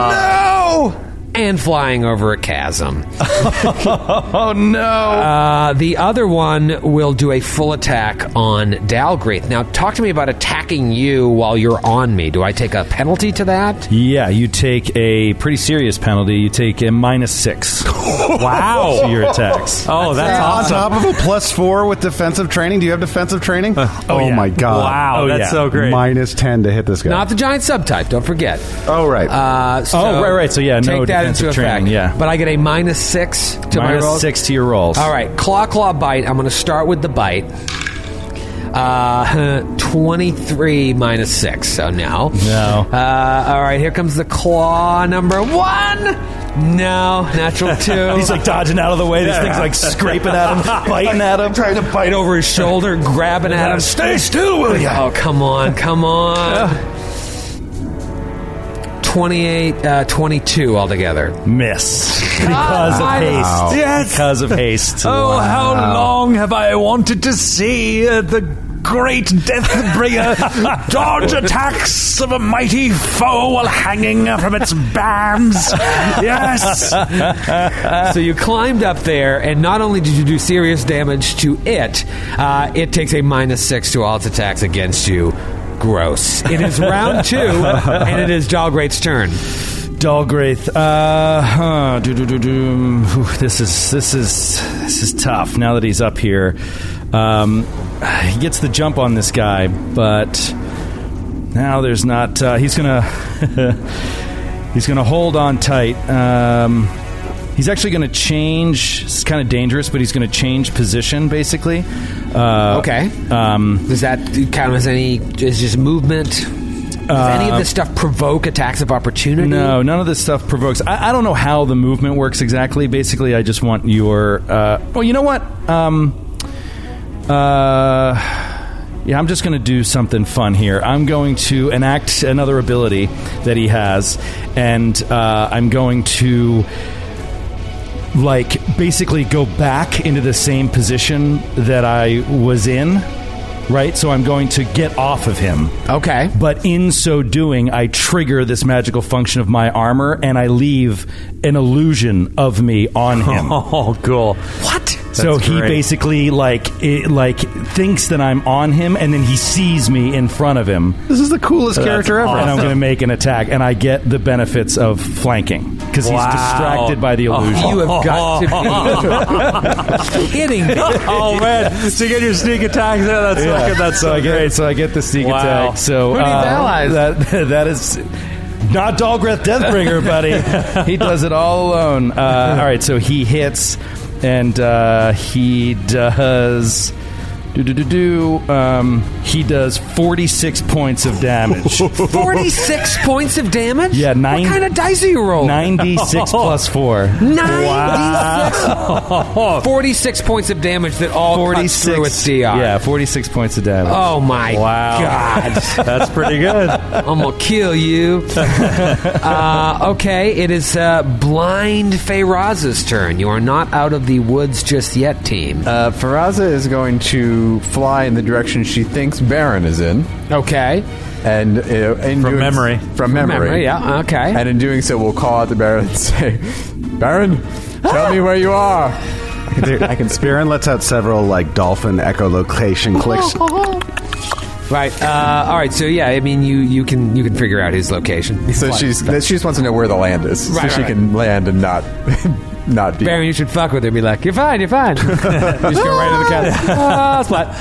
Speaker 2: no! And flying over a chasm.
Speaker 3: oh no.
Speaker 2: Uh, the other one will do a full attack on Dalgraith. Now, talk to me about attacking you while you're on me. Do I take a penalty to that?
Speaker 3: Yeah, you take a pretty serious penalty. You take a minus six. wow. To your attacks.
Speaker 5: Oh, that's
Speaker 6: On
Speaker 5: awesome.
Speaker 6: top of a plus four with defensive training. Do you have defensive training? oh,
Speaker 3: yeah.
Speaker 6: my God.
Speaker 5: Wow,
Speaker 3: Oh,
Speaker 5: that's
Speaker 3: yeah.
Speaker 5: so great.
Speaker 6: Minus 10 to hit this guy.
Speaker 2: Not the giant subtype, don't forget.
Speaker 6: oh, right.
Speaker 2: Uh, so
Speaker 3: Oh, right, right. So, yeah, no
Speaker 2: take that
Speaker 3: defensive
Speaker 2: into effect.
Speaker 3: training, yeah.
Speaker 2: But I get a minus six to my
Speaker 3: Minus
Speaker 2: roll.
Speaker 3: six to your rolls.
Speaker 2: All right, claw claw bite. I'm going to start with the bite. Uh, 23 minus 6, so no.
Speaker 3: No.
Speaker 2: Uh, all right, here comes the claw number one. No, natural two.
Speaker 3: He's like dodging out of the way. This thing's like scraping at him, biting at him, trying to
Speaker 2: right over his shoulder, grabbing at him.
Speaker 3: Stay still, will ya?
Speaker 2: Oh, come on, come on. 28, uh, 22 altogether.
Speaker 3: Miss because of haste.
Speaker 7: Ah, Yes.
Speaker 3: Because of haste.
Speaker 7: Oh, how long have I wanted to see uh, the great death bringer dodge attacks of a mighty foe while hanging from its bands? Yes.
Speaker 2: so you climbed up there, and not only did you do serious damage to it, uh, it takes a minus six to all its attacks against you. Gross. It is round two, and it is Jawgrate's turn.
Speaker 3: Dalgraith. Uh, huh, do do do do. Whew, This is this is this is tough. Now that he's up here, um, he gets the jump on this guy, but now there's not. Uh, he's gonna he's gonna hold on tight. Um, he's actually gonna change. It's kind of dangerous, but he's gonna change position basically. Uh,
Speaker 2: Okay.
Speaker 3: Um,
Speaker 2: Does that count as any? Is just movement? Does any of this stuff provoke attacks of opportunity?
Speaker 3: Uh, No, none of this stuff provokes. I, I don't know how the movement works exactly. Basically, I just want your. Uh, well, you know what? Um, uh, yeah, I'm just going to do something fun here. I'm going to enact another ability that he has, and uh, I'm going to like basically go back into the same position that I was in. Right, so I'm going to get off of him.
Speaker 2: Okay.
Speaker 3: But in so doing, I trigger this magical function of my armor and I leave an illusion of me on him.
Speaker 5: Oh, cool.
Speaker 2: What?
Speaker 3: so he
Speaker 5: great.
Speaker 3: basically like it, like thinks that I'm on him and then he sees me in front of him.
Speaker 6: This is the coolest character ever.
Speaker 3: And I'm going to make an attack and I get the benefits of flanking cuz he's distracted by the
Speaker 5: Oh,
Speaker 3: illusion.
Speaker 2: You have got to be kidding me.
Speaker 5: Oh, man. So you get your sneak attack there. That's
Speaker 3: Yeah.
Speaker 5: fucking, that's
Speaker 3: so I
Speaker 5: so
Speaker 3: get,
Speaker 5: great.
Speaker 3: So I get the sneak
Speaker 5: Wow.
Speaker 3: attack. So
Speaker 2: Who needs
Speaker 3: uh,
Speaker 2: allies?
Speaker 3: That, that is not Dalgreth Deathbringer, buddy. he does it all alone. Uh, all right, so he hits, and uh, he does. Do, do, do, do. Um, he does 46 points of damage.
Speaker 2: 46 points of damage?
Speaker 3: Yeah, nine-
Speaker 2: What kind of dice are you rolling?
Speaker 3: 96 plus 4.
Speaker 2: 96. 46 points of damage that all cuts through its
Speaker 3: 46.
Speaker 2: DR.
Speaker 3: Yeah, 46 points of damage.
Speaker 2: Oh my god.
Speaker 5: That's pretty good.
Speaker 2: I'm gonna kill you. Uh, okay, it is uh, blind Feyraz's turn. You are not out of the woods just yet, team.
Speaker 4: Uh, Faraza is going to fly in the direction she thinks Baron is in,
Speaker 2: okay.
Speaker 4: and uh, in
Speaker 5: From
Speaker 4: doing-
Speaker 5: memory.
Speaker 4: from memory,
Speaker 2: Memory, yeah, okay.
Speaker 4: And in doing so, we'll call out to Baron and say, "Baron, tell me where you are."
Speaker 6: I can Baron lets out several like dolphin echolocation clicks.
Speaker 2: right. Uh, all right, so yeah, I mean you you can you can figure out his location.
Speaker 4: So she's she just wants to know where the land is,
Speaker 2: Right,
Speaker 4: so she
Speaker 2: right,
Speaker 4: can land and not not be.
Speaker 2: Baron, you should fuck with her. Be like, you're fine, you're fine. Just go right to the couch. Ah, splat.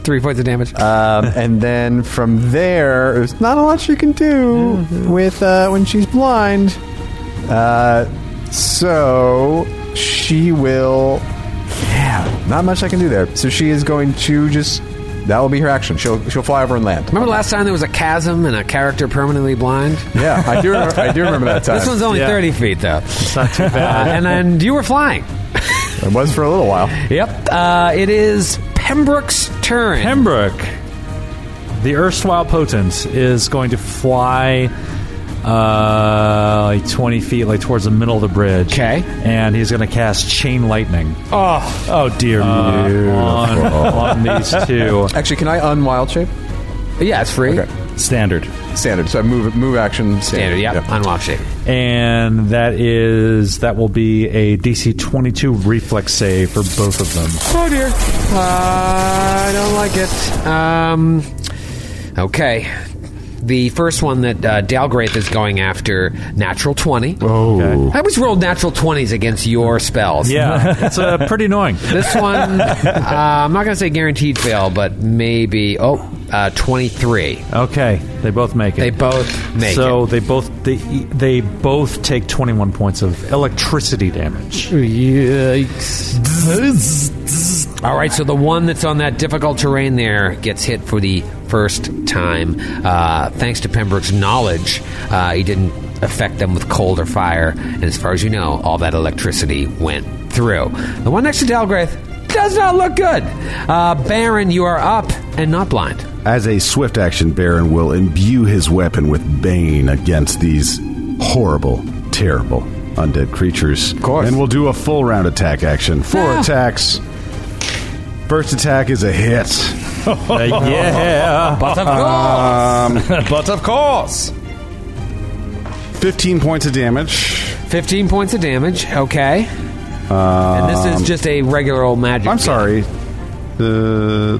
Speaker 2: Three points of damage.
Speaker 4: Um, and then from there, there's not a lot she can do
Speaker 2: Mm-hmm.
Speaker 4: with uh, when she's blind. Uh, so she will. Yeah, not much I can do there. So she is going to just. That will be her action. She'll she'll fly over and land.
Speaker 2: Remember last time there was a chasm and a character permanently blind?
Speaker 4: Yeah, I do. Remember, I do remember that time.
Speaker 2: This one's only 30 feet, though. It's not too bad. and then you were flying.
Speaker 4: it was for a little while.
Speaker 2: Yep. Uh, it is Pembroke's turn.
Speaker 5: Pembroke, the erstwhile potent, is going to fly uh, like 20 feet, like towards the middle of the bridge.
Speaker 2: Okay.
Speaker 5: And he's going to cast Chain Lightning
Speaker 3: oh, oh dear
Speaker 5: uh,
Speaker 3: me.
Speaker 5: on, on these two.
Speaker 4: Actually, can I unwild shape?
Speaker 2: yeah, it's free.
Speaker 4: Okay.
Speaker 3: Standard.
Speaker 4: Standard. So I move move action.
Speaker 2: Standard, yep. Yeah. Unwalk shape.
Speaker 5: And that is, that will be a DC 22 reflex save for both of them.
Speaker 2: Oh, dear. Uh, I don't like it. Um, okay. The first one that uh, Dalgraith is going after, natural 20.
Speaker 6: Oh,
Speaker 2: I always rolled natural 20s against your spells.
Speaker 5: Yeah, it's uh, pretty annoying.
Speaker 2: This one, uh, I'm not going to say guaranteed fail, but maybe, oh, uh, 23.
Speaker 5: Okay, they both make it.
Speaker 2: They both make
Speaker 5: so they both they they both take 21 points of electricity damage.
Speaker 2: it. Yikes. All right, so the one that's on that difficult terrain there gets hit for the first time. Uh, thanks to Pembroke's knowledge, uh, he didn't affect them with cold or fire, and as far as you know, all that electricity went through. The one next to Dalgraith does not look good. Uh, Baron, you are up and not blind.
Speaker 6: As a swift action, Baron will imbue his weapon with Bane against these horrible, terrible undead creatures. Of
Speaker 4: course.
Speaker 6: And will do a full round attack action. Four attacks. First attack is a hit.
Speaker 3: yeah,
Speaker 2: But of course,
Speaker 3: but of course.
Speaker 6: 15 points of damage.
Speaker 2: 15 points of damage. Okay. and
Speaker 4: Um,
Speaker 2: this is just a regular old magic.
Speaker 6: I'm sorry. Uh,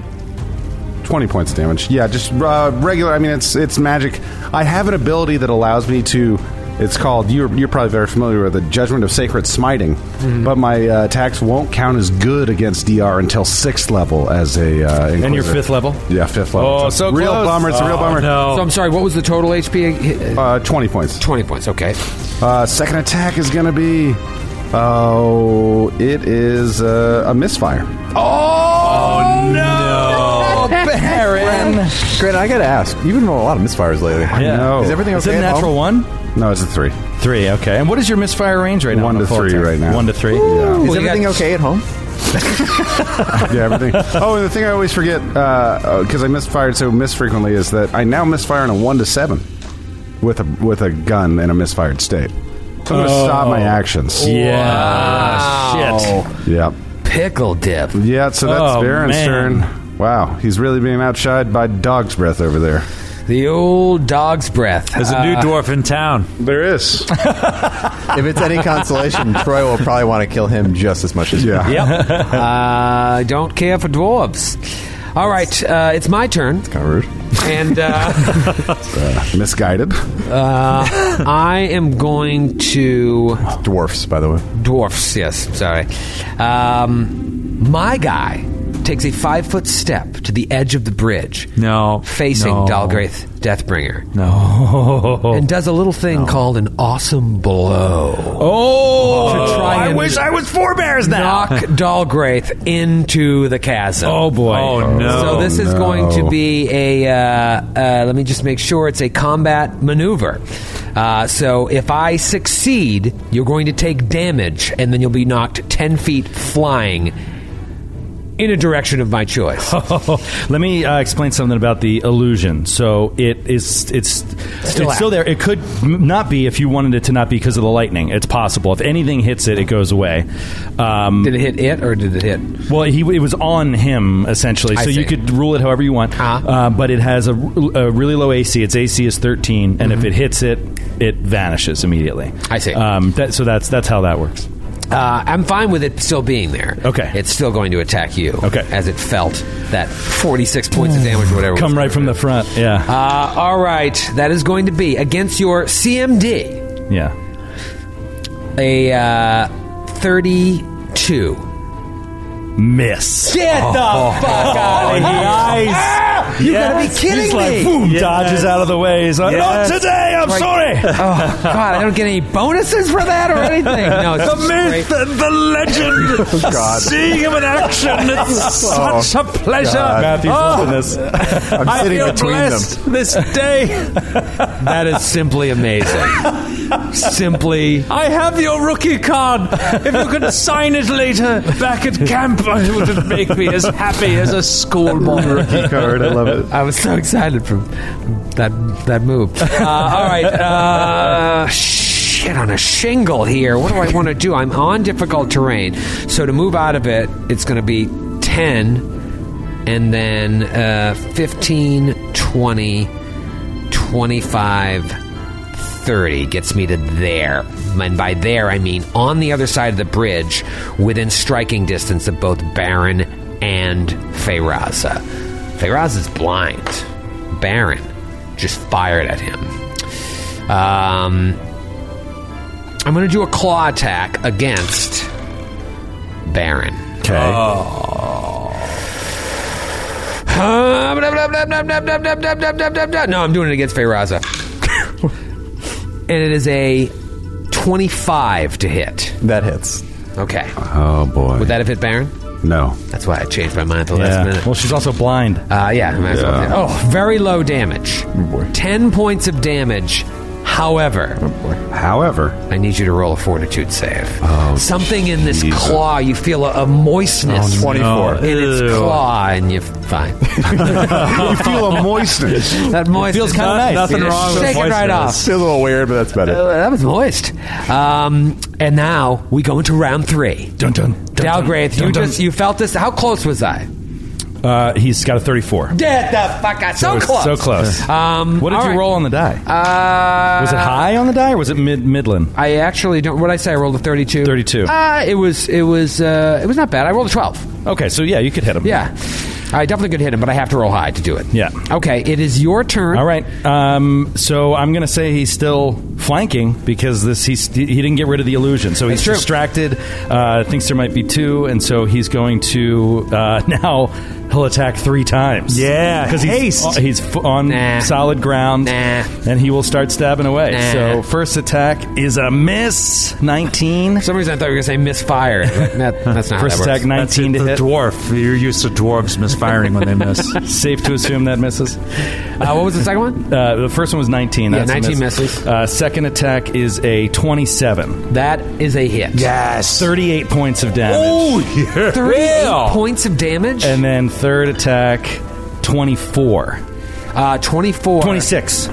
Speaker 6: 20 points of damage. Yeah, just uh, regular. I mean, it's it's magic. I have an ability that allows me to. It's called. You're, you're probably very familiar with the Judgment of Sacred Smiting,
Speaker 3: Mm-hmm.
Speaker 6: but my uh, attacks won't count as good against DR until sixth level as a. Uh,
Speaker 3: And your
Speaker 6: Inquisitor.
Speaker 3: fifth level.
Speaker 6: Yeah, fifth level.
Speaker 3: Oh,
Speaker 6: It's a
Speaker 3: so
Speaker 6: real
Speaker 3: close. Oh,
Speaker 6: bummer. It's a real bummer.
Speaker 2: So I'm sorry, what was the total HP?
Speaker 6: Uh, 20 points.
Speaker 2: 20 points, okay.
Speaker 6: Uh, second attack is going to be. Oh, it is uh, a misfire.
Speaker 4: Baron! Grant, I gotta ask, you've been rolling a lot of misfires lately.
Speaker 3: Yeah.
Speaker 6: know.
Speaker 4: Is everything
Speaker 3: Is
Speaker 4: okay?
Speaker 3: it a
Speaker 4: at
Speaker 3: natural
Speaker 4: home?
Speaker 3: one?
Speaker 6: No, it's a three.
Speaker 3: Three. Okay. And what is your misfire range right now?
Speaker 6: One
Speaker 3: on
Speaker 6: to
Speaker 3: the full
Speaker 6: three
Speaker 3: attack?
Speaker 6: right now.
Speaker 3: One to three.
Speaker 4: Is
Speaker 2: Well, you
Speaker 4: everything
Speaker 2: got-
Speaker 4: okay at home?
Speaker 6: Yeah, everything. oh, and the thing I always forget because I misfired so miss frequently is that I now misfire in a one to seven with a with a gun in a misfired state. So I'm going to stop
Speaker 3: Oh.
Speaker 6: my actions.
Speaker 3: Yeah. Shit.
Speaker 6: Yeah,
Speaker 2: Pickle dip.
Speaker 6: yeah. So that's
Speaker 3: Oh,
Speaker 6: Baron's
Speaker 3: man.
Speaker 6: turn. Wow, he's really being outshot by dog's breath over there.
Speaker 2: The old dog's breath.
Speaker 5: There's a new dwarf in town.
Speaker 6: There is.
Speaker 4: If it's any consolation, Troy will probably want to kill him just as much as you.
Speaker 6: Yeah.
Speaker 2: I don't care for dwarves. All right, uh, it's my turn,
Speaker 4: Kind of rude.
Speaker 2: and uh,
Speaker 6: Misguided.
Speaker 2: I am going to
Speaker 4: Dwarfs, by the way.
Speaker 2: dwarfs. Yes, sorry. Um, my guy takes a five foot step to the edge of the bridge,
Speaker 5: No.
Speaker 2: facing
Speaker 5: no,
Speaker 2: Dalgraith Deathbringer,
Speaker 5: No.
Speaker 2: and does a little thing called an awesome blow.
Speaker 3: Oh,
Speaker 2: To try and-
Speaker 3: was four bears
Speaker 2: Knock Dalgraith into the chasm.
Speaker 3: Oh boy.
Speaker 5: Oh, no.
Speaker 2: So this is going to be a. Uh, uh, let me just make sure it's a combat maneuver. Uh, so if I succeed, you're going to take damage, and then you'll be knocked ten feet flying in a direction of my choice.
Speaker 3: Let me uh, explain something about the illusion. So it is it's still, it's still there. It could m- not be if you wanted it to not be because of the lightning. It's possible. If anything hits it, it goes away. Um,
Speaker 2: did it hit it or did it hit?
Speaker 3: well, he it was on him essentially,
Speaker 2: I
Speaker 3: so
Speaker 2: see.
Speaker 3: you could rule it however you want.
Speaker 2: Uh-huh.
Speaker 3: Uh, but it has a, r- a really low AC. Its AC is thirteen, and if it hits it, it vanishes immediately.
Speaker 2: Mm-hmm. I see.
Speaker 3: Um, that, so that's that's how that works.
Speaker 2: Uh, I'm fine with it still being there.
Speaker 3: Okay.
Speaker 2: it's still going to attack you.
Speaker 3: Okay.
Speaker 2: as it felt that 46 points of damage, or whatever.
Speaker 3: Come
Speaker 2: was
Speaker 3: right from the front. Yeah.
Speaker 2: Uh, all right, that is going to be against your CMD.
Speaker 3: yeah.
Speaker 2: a uh, 32.
Speaker 3: Miss. Oh,
Speaker 2: Get the fuck out of here.
Speaker 3: Nice. You
Speaker 2: gotta be kidding
Speaker 3: He's like,
Speaker 2: me.
Speaker 3: boom, dodges out of the way. He's like,
Speaker 5: Yes.
Speaker 3: not today. I'm sorry.
Speaker 2: Oh, God, I don't get any bonuses for that or anything. No, it's just great.
Speaker 5: the, the legend. Seeing him in action, it's
Speaker 4: Oh,
Speaker 5: such a pleasure.
Speaker 3: Matthew's
Speaker 5: Oh,
Speaker 3: loving this.
Speaker 4: I'm
Speaker 5: I
Speaker 4: sitting
Speaker 5: feel
Speaker 4: between
Speaker 5: blessed
Speaker 4: them.
Speaker 5: this day.
Speaker 2: That is simply amazing. simply.
Speaker 5: I have your rookie card. If you could sign it later back at camp, it would make me as happy as a schoolboy.
Speaker 6: Key card. I love it.
Speaker 2: I was so excited for that that move. Uh, all right, uh, shit on a shingle here. What do I want to do? I'm on difficult terrain, so to move out of it, it's going to be ten, and then uh, 15, 20, 25, 30 gets me to there. And by there, I mean on the other side of the bridge, within striking distance of both Baron and Feyraza. Feyraza is blind. Baron just fired at him. Um, I'm going to do a claw attack against Baron.
Speaker 6: Okay.
Speaker 2: No, I'm doing it against Feyraza. and it is a 25 to hit.
Speaker 4: That hits.
Speaker 2: Okay.
Speaker 6: oh boy.
Speaker 2: Would that have hit Baron?
Speaker 6: No.
Speaker 2: That's why I changed my mind at the last
Speaker 3: Yeah.
Speaker 2: minute.
Speaker 3: Well, she's also blind.
Speaker 2: Uh, yeah, might as well
Speaker 6: Yeah.
Speaker 2: do- Oh, very low damage.
Speaker 4: boy.
Speaker 2: Ten points of damage. However,
Speaker 6: However,
Speaker 2: I need you to roll a fortitude save. Something in this
Speaker 6: Jesus.
Speaker 2: claw, you feel a, a moistness.
Speaker 5: Oh, no.
Speaker 2: in its
Speaker 5: Ew.
Speaker 2: claw, and you fine.
Speaker 6: you feel a moistness.
Speaker 2: That moist
Speaker 3: feels
Speaker 2: is
Speaker 3: kinda
Speaker 2: not-
Speaker 3: nice.
Speaker 2: Nothing
Speaker 5: Nothing
Speaker 2: wrong
Speaker 5: wrong with
Speaker 2: Shake it right off.
Speaker 5: moistness.
Speaker 4: Still a little weird, but that's
Speaker 2: Uh,
Speaker 4: better.
Speaker 2: that was moist. Um, and now we go into round three.
Speaker 3: Dun dun.
Speaker 2: Dalgraith, you just you felt this. How close was I?
Speaker 3: Uh, he's got a 34.
Speaker 2: Get the fuck out! So close.
Speaker 3: So close.
Speaker 2: Um,
Speaker 3: what did
Speaker 2: all
Speaker 3: you
Speaker 2: right.
Speaker 3: roll on the die?
Speaker 2: Uh,
Speaker 3: was it high on the die or was it mid midland?
Speaker 2: I actually don't. What did I say? I rolled a thirty-two.
Speaker 3: 32.
Speaker 2: Uh, it was. It was. Uh, it was not bad. I rolled a twelve.
Speaker 3: Okay, so yeah, you could hit him.
Speaker 2: Yeah, I definitely could hit him, but I have to roll high to do it.
Speaker 3: Yeah.
Speaker 2: Okay. It is your turn.
Speaker 3: All right. Um, so I'm going to say he's still flanking because this he's, he didn't get rid of the illusion. So
Speaker 2: That's
Speaker 3: he's
Speaker 2: true.
Speaker 3: distracted, uh, thinks there might be two, and so he's going to uh, now he'll attack three times.
Speaker 5: Yeah,
Speaker 3: Because he's,
Speaker 5: haste.
Speaker 3: he's f- on
Speaker 2: Nah.
Speaker 3: solid ground,
Speaker 2: Nah.
Speaker 3: and he will start stabbing away.
Speaker 2: Nah.
Speaker 3: So first attack is a miss, 19.
Speaker 2: For some reason, I thought you were going to say misfire. but that- that's not how that
Speaker 3: First
Speaker 2: works.
Speaker 3: attack,
Speaker 5: That's
Speaker 3: 19
Speaker 5: it,
Speaker 3: to
Speaker 5: the
Speaker 3: hit.
Speaker 5: dwarf. You're used to dwarves misfiring when they miss.
Speaker 3: Safe to assume that misses.
Speaker 2: Uh, what was the second one?
Speaker 3: Uh, the first one was 19.
Speaker 2: Yeah,
Speaker 3: That's a
Speaker 2: 19
Speaker 3: miss.
Speaker 2: misses.
Speaker 3: Uh, second attack is a 27.
Speaker 2: That is a hit.
Speaker 5: Yes.
Speaker 3: 38 points of damage.
Speaker 5: yeah.
Speaker 2: Thirty-eight
Speaker 5: Yeah.
Speaker 2: points of damage.
Speaker 3: And then third attack, 24.
Speaker 2: uh, Twenty-four.
Speaker 3: 26. Sorry,